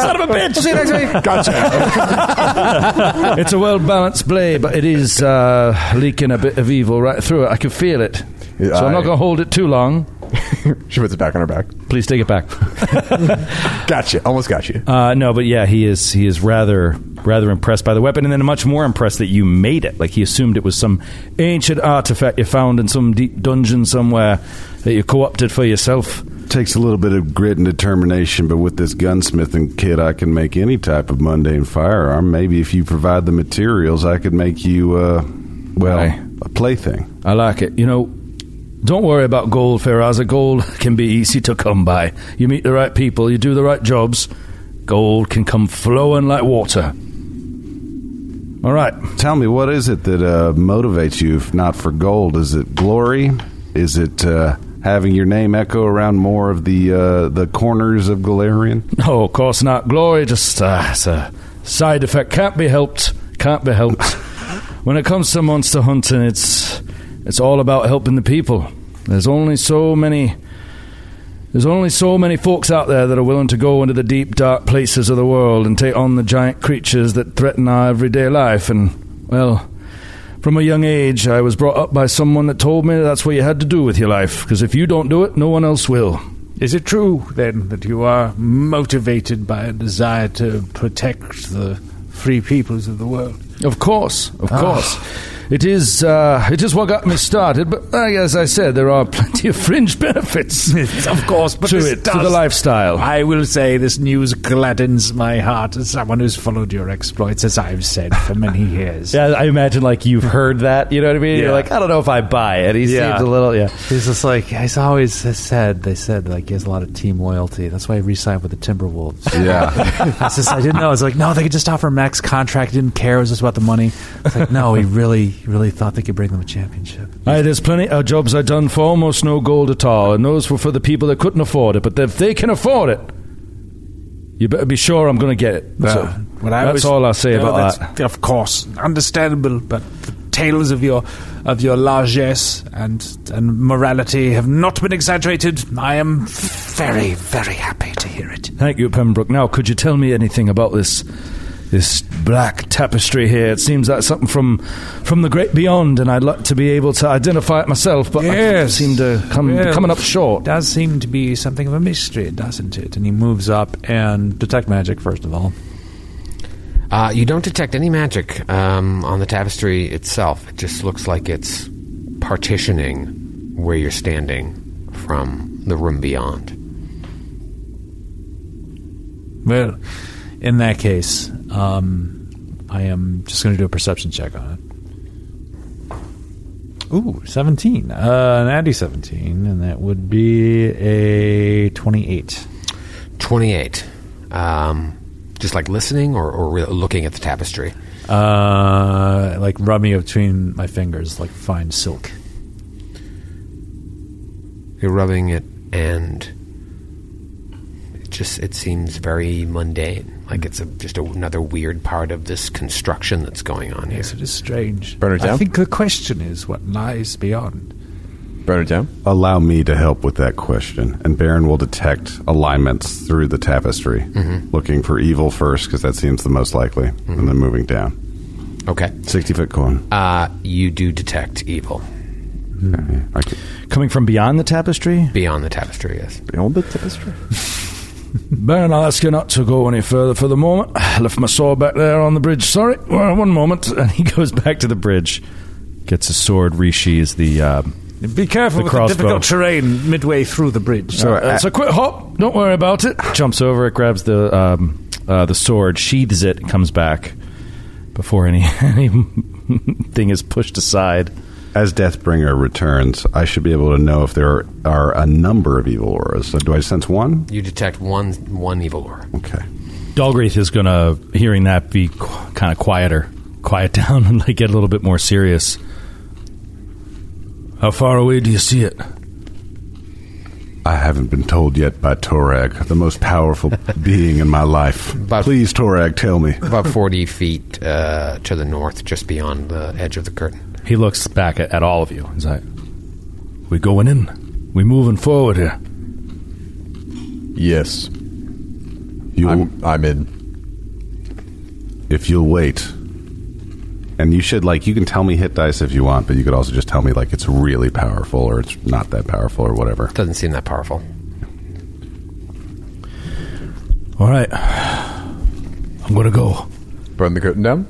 Speaker 7: Son of a bitch. Ah, See you next week.
Speaker 3: it's a well balanced blade, but it is uh, leaking a bit of evil right through it. I can feel it.
Speaker 4: Yeah,
Speaker 3: so I'm
Speaker 4: I-
Speaker 3: not going to hold it too long.
Speaker 4: She puts it back on her back.
Speaker 3: Please take it back.
Speaker 4: Gotcha. Almost got you.
Speaker 3: Uh, no, but yeah, he is he is rather rather impressed by the weapon, and then much more impressed that you made it. Like he assumed it was some ancient artifact you found in some deep dungeon somewhere that you co-opted for yourself.
Speaker 6: Takes a little bit of grit and determination, but with this gunsmithing kit, I can make any type of mundane firearm. Maybe if you provide the materials, I could make you, uh, well,
Speaker 3: Aye.
Speaker 6: a plaything.
Speaker 3: I like it. You know, don't worry about gold, Feraza. Gold can be easy to come by. You meet the right people, you do the right jobs, gold can come flowing like water. All right.
Speaker 6: Tell me, what is it that uh, motivates you, if not for gold? Is it glory? Is it uh, having your name echo around more of the uh, the corners of Galarian?
Speaker 3: No, of course not. Glory just uh, it's a side effect. Can't be helped. Can't be helped. when it comes to monster hunting, it's it's all about helping the people. There's only so many. There's only so many folks out there that are willing to go into the deep, dark places of the world and take on the giant creatures that threaten our everyday life. And well, from a young age, I was brought up by someone that told me that's what you had to do with your life. Because if you don't do it, no one else will.
Speaker 1: Is it true, then, that you are motivated by a desire to protect the free peoples of the world?
Speaker 3: Of course, of course. It is, uh, it is what got me started, but uh, as I said, there are plenty of fringe benefits
Speaker 1: of course, but
Speaker 3: to
Speaker 1: this
Speaker 3: it, to
Speaker 1: does-
Speaker 3: the lifestyle.
Speaker 1: I will say this news gladdens my heart as someone who's followed your exploits, as I've said for many years.
Speaker 3: yeah, I imagine like you've heard that, you know what I mean?
Speaker 1: You're Yeah. like,
Speaker 3: I don't know if I buy it. He
Speaker 1: Yeah. seems a
Speaker 3: little, yeah.
Speaker 5: He's just like he's always said. They said like he has a lot of team loyalty. That's why he resigned with the Timberwolves.
Speaker 6: Yeah.
Speaker 5: I, was just, I didn't know. I was like, no, they could just offer max contract. He didn't care. It was just about the money. It's like, no, he really, he really thought they could bring them a championship.
Speaker 3: Aye, there's plenty of jobs I've done for almost no gold at all, and those were for the people that couldn't afford it. But if they can afford it, you better be sure I'm going to get it. So,
Speaker 1: What
Speaker 3: that's
Speaker 1: was-
Speaker 3: all I'll say
Speaker 1: No,
Speaker 3: about that.
Speaker 1: that's- Of course, understandable, but the tales of your of your largesse and and morality have not been exaggerated. I am very, very happy to hear it.
Speaker 3: Thank you, Pembroke. Now, could you tell me anything about this this black tapestry here? It seems that's something from from the great beyond, and I'd like to be able to identify it myself, but I
Speaker 1: Yes.
Speaker 3: seem to come
Speaker 1: Well.
Speaker 3: coming up short.
Speaker 1: Does seem to be something of a mystery, doesn't it? And he moves up and detect magic first of all.
Speaker 2: Uh, you don't detect any magic um, on the tapestry itself. It just looks like it's partitioning where you're standing from the room beyond.
Speaker 1: Well, in that case, um, I am just going to do a perception check on it. Ooh, 17. Uh, an Addy 17, and that would be a 28.
Speaker 2: 28. Um, just like listening or, or re- looking at the tapestry.
Speaker 1: Uh, like, rub me between my fingers like fine silk.
Speaker 2: You're rubbing it and it just it seems very mundane. Like it's a, just a, another weird part of this construction that's going on here.
Speaker 1: Yes, it is strange.
Speaker 4: Burn it
Speaker 1: I
Speaker 4: down?
Speaker 1: think the question is what lies beyond.
Speaker 4: Burn it down.
Speaker 6: Allow me to help with that question. And Baron will detect alignments through the tapestry, looking for evil first, because that seems the most likely, and then moving down.
Speaker 2: Okay.
Speaker 6: 60 foot coin.
Speaker 2: Uh, you do detect evil.
Speaker 6: Okay.
Speaker 3: Coming from beyond the tapestry?
Speaker 2: Beyond the tapestry, yes.
Speaker 10: Beyond the tapestry.
Speaker 3: Baron, I'll ask you not to go any further for the moment. I left my sword back there on the bridge. Sorry, Well, one moment. And he goes back to the bridge, gets his sword. Rishi is the. Uh,
Speaker 1: Be careful
Speaker 3: The
Speaker 1: with
Speaker 3: crossbow.
Speaker 1: the difficult terrain midway through the bridge.
Speaker 6: So,
Speaker 3: uh,
Speaker 6: uh,
Speaker 3: it's a quick hop. Don't worry about it. Jumps over it, grabs the um, uh, the sword, sheathes it, and comes back before any anything is pushed aside.
Speaker 6: as Deathbringer returns, I should be able to know if there are a number of evil auras. So do I sense one?
Speaker 2: You detect one one evil aura.
Speaker 6: Okay.
Speaker 3: Dalgraith is going to, hearing that, be qu- kind of quieter, quiet down, and like get a little bit more serious. How far away do you see it?
Speaker 6: I haven't been told yet by Torag, the most powerful being in my life.
Speaker 2: But-
Speaker 6: Please, Torag, tell me.
Speaker 2: About 40 feet uh, to the north, just beyond the edge of the curtain.
Speaker 3: He looks back at, at all of you. He's like, "We going in? We moving forward here?"
Speaker 11: Yes,
Speaker 6: You,
Speaker 11: I'm, I'm in.
Speaker 6: if you'll wait, and you should like, you can tell me hit dice if you want, but you could also just tell me like it's really powerful or it's not that powerful or whatever.
Speaker 2: Doesn't seem that powerful.
Speaker 3: All right, I'm gonna go.
Speaker 11: Burn the curtain down.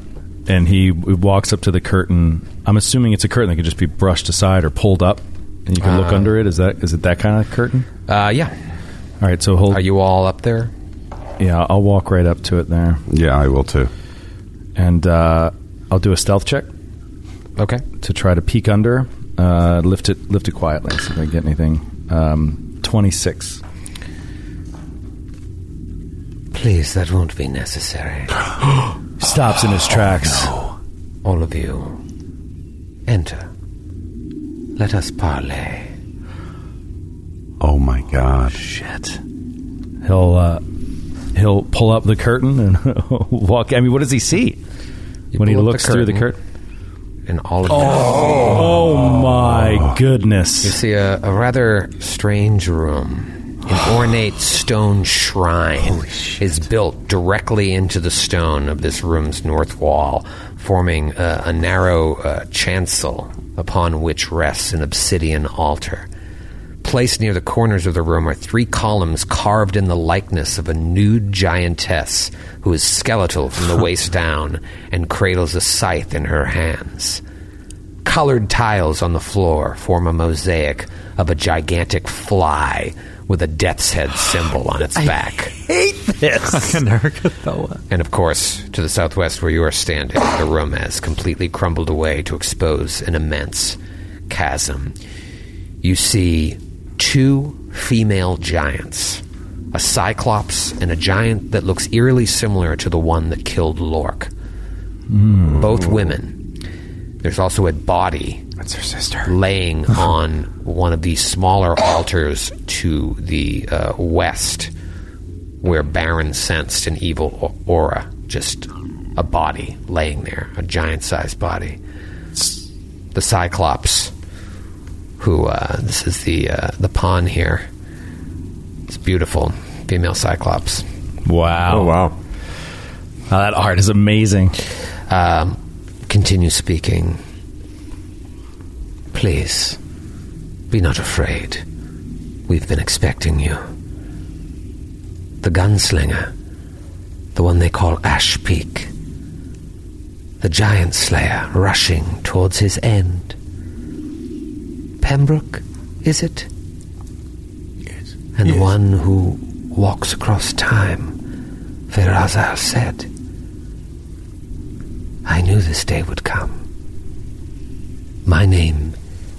Speaker 3: And he w- walks up to the curtain. I'm assuming it's a curtain that can just be brushed aside or pulled up, and you can
Speaker 2: Uh-huh.
Speaker 3: look under it. Is that is it that kind of curtain?
Speaker 2: Uh, yeah.
Speaker 3: All right, so hold.
Speaker 2: Are you all up there?
Speaker 3: yeah, I'll walk right up to it there,
Speaker 6: Yeah, I will too.
Speaker 3: and uh, I'll do a stealth check
Speaker 2: Okay.
Speaker 3: to try to peek under. Uh, lift it, lift it quietly. See if I get anything. Um, Twenty six.
Speaker 2: Please, that won't be necessary.
Speaker 3: Stops in his tracks.
Speaker 2: All of you, enter. Let us parley.
Speaker 6: Oh my god.
Speaker 3: He'll uh, he'll pull up the curtain and walk. I mean, what does he see
Speaker 2: You
Speaker 3: when he
Speaker 2: pull up
Speaker 3: looks through the curtain?
Speaker 2: And all of you
Speaker 3: Oh my
Speaker 2: You
Speaker 3: goodness!
Speaker 2: see a, a rather strange room. An ornate stone shrine is built directly into the stone of this room's north wall, forming a, a narrow uh, chancel upon which rests an obsidian altar. Placed near the corners of the room are three columns carved in the likeness of a nude giantess who is skeletal from the waist down and cradles a scythe in her hands. Colored tiles on the floor form a mosaic of a gigantic fly with a death's head symbol on its back. And of course, to the southwest where you are standing, the room has completely crumbled away to expose an immense chasm. You see two female giants a cyclops and a giant that looks eerily similar to the one that killed Lork. Both women. There's also a body
Speaker 10: That's her sister. Uh-huh.
Speaker 2: laying on one of the smaller altars to the uh, west, where Baron sensed an evil au- aura. Just a body laying there, a giant sized body. The Cyclops, who, uh, this is the, uh, the pawn here. It's beautiful, female Cyclops.
Speaker 3: Wow!
Speaker 11: Oh wow.
Speaker 3: Wow, that art is amazing.
Speaker 2: Um, continue speaking. Please, be not afraid. We've been expecting you. The gunslinger, the one they call Ash Peak, the giant slayer rushing towards his end. Pembroke, is it? Yes. And the one who walks across time, Ferrazar said. I knew this day would come. My name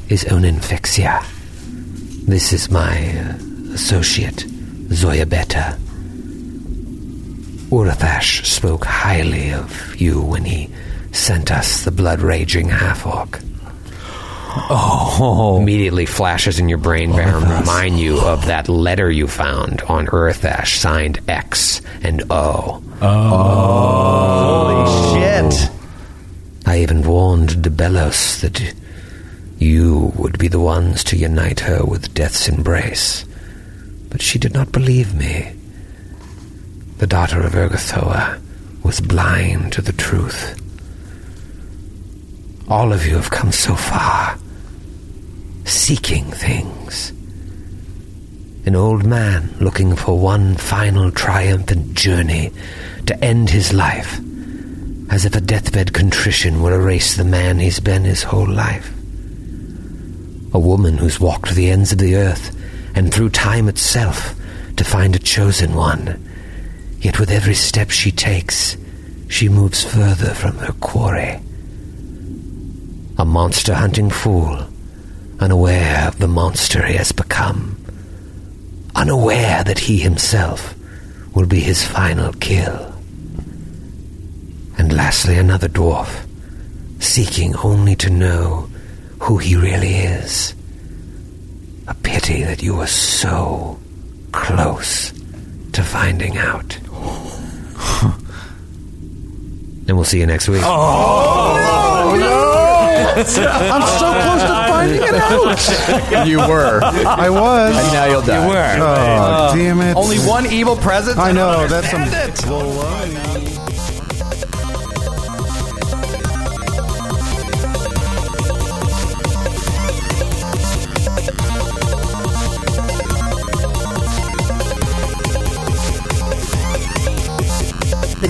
Speaker 2: is Onenfixia. This is my uh, associate, Zoya Beta. Urathash spoke highly of you when he sent us the blood raging half orc. Oh. Immediately flashes in your brain, Baron, remind you of that letter you found on Urathash signed X and O.
Speaker 8: Shit.
Speaker 2: I even warned de Bellos that you would be the ones to unite her with death's embrace. But she did not believe me. The daughter of Ergothoa was blind to the truth. All of you have come so far,
Speaker 8: seeking things. An old man looking for one final triumphant journey to end his life, as if a deathbed contrition will erase the man he's been his whole life. A woman who's walked the ends of the earth and through time itself to find a chosen one. Yet with every step she takes, she moves further from her quarry. A monster hunting fool, unaware of the monster he has become, unaware that he himself will be his final kill. And lastly, another dwarf, seeking only to know who he really is. A pity that you were so close to finding out. and we'll see you next week.
Speaker 7: Oh,
Speaker 4: I'm so close to finding it out.
Speaker 12: You were.
Speaker 4: I was.
Speaker 12: And now you'll die.
Speaker 4: You were. Oh, damn it.
Speaker 12: Only one evil presence?
Speaker 4: I know,
Speaker 12: don't
Speaker 4: that's
Speaker 12: understand
Speaker 4: some-
Speaker 12: it.
Speaker 13: The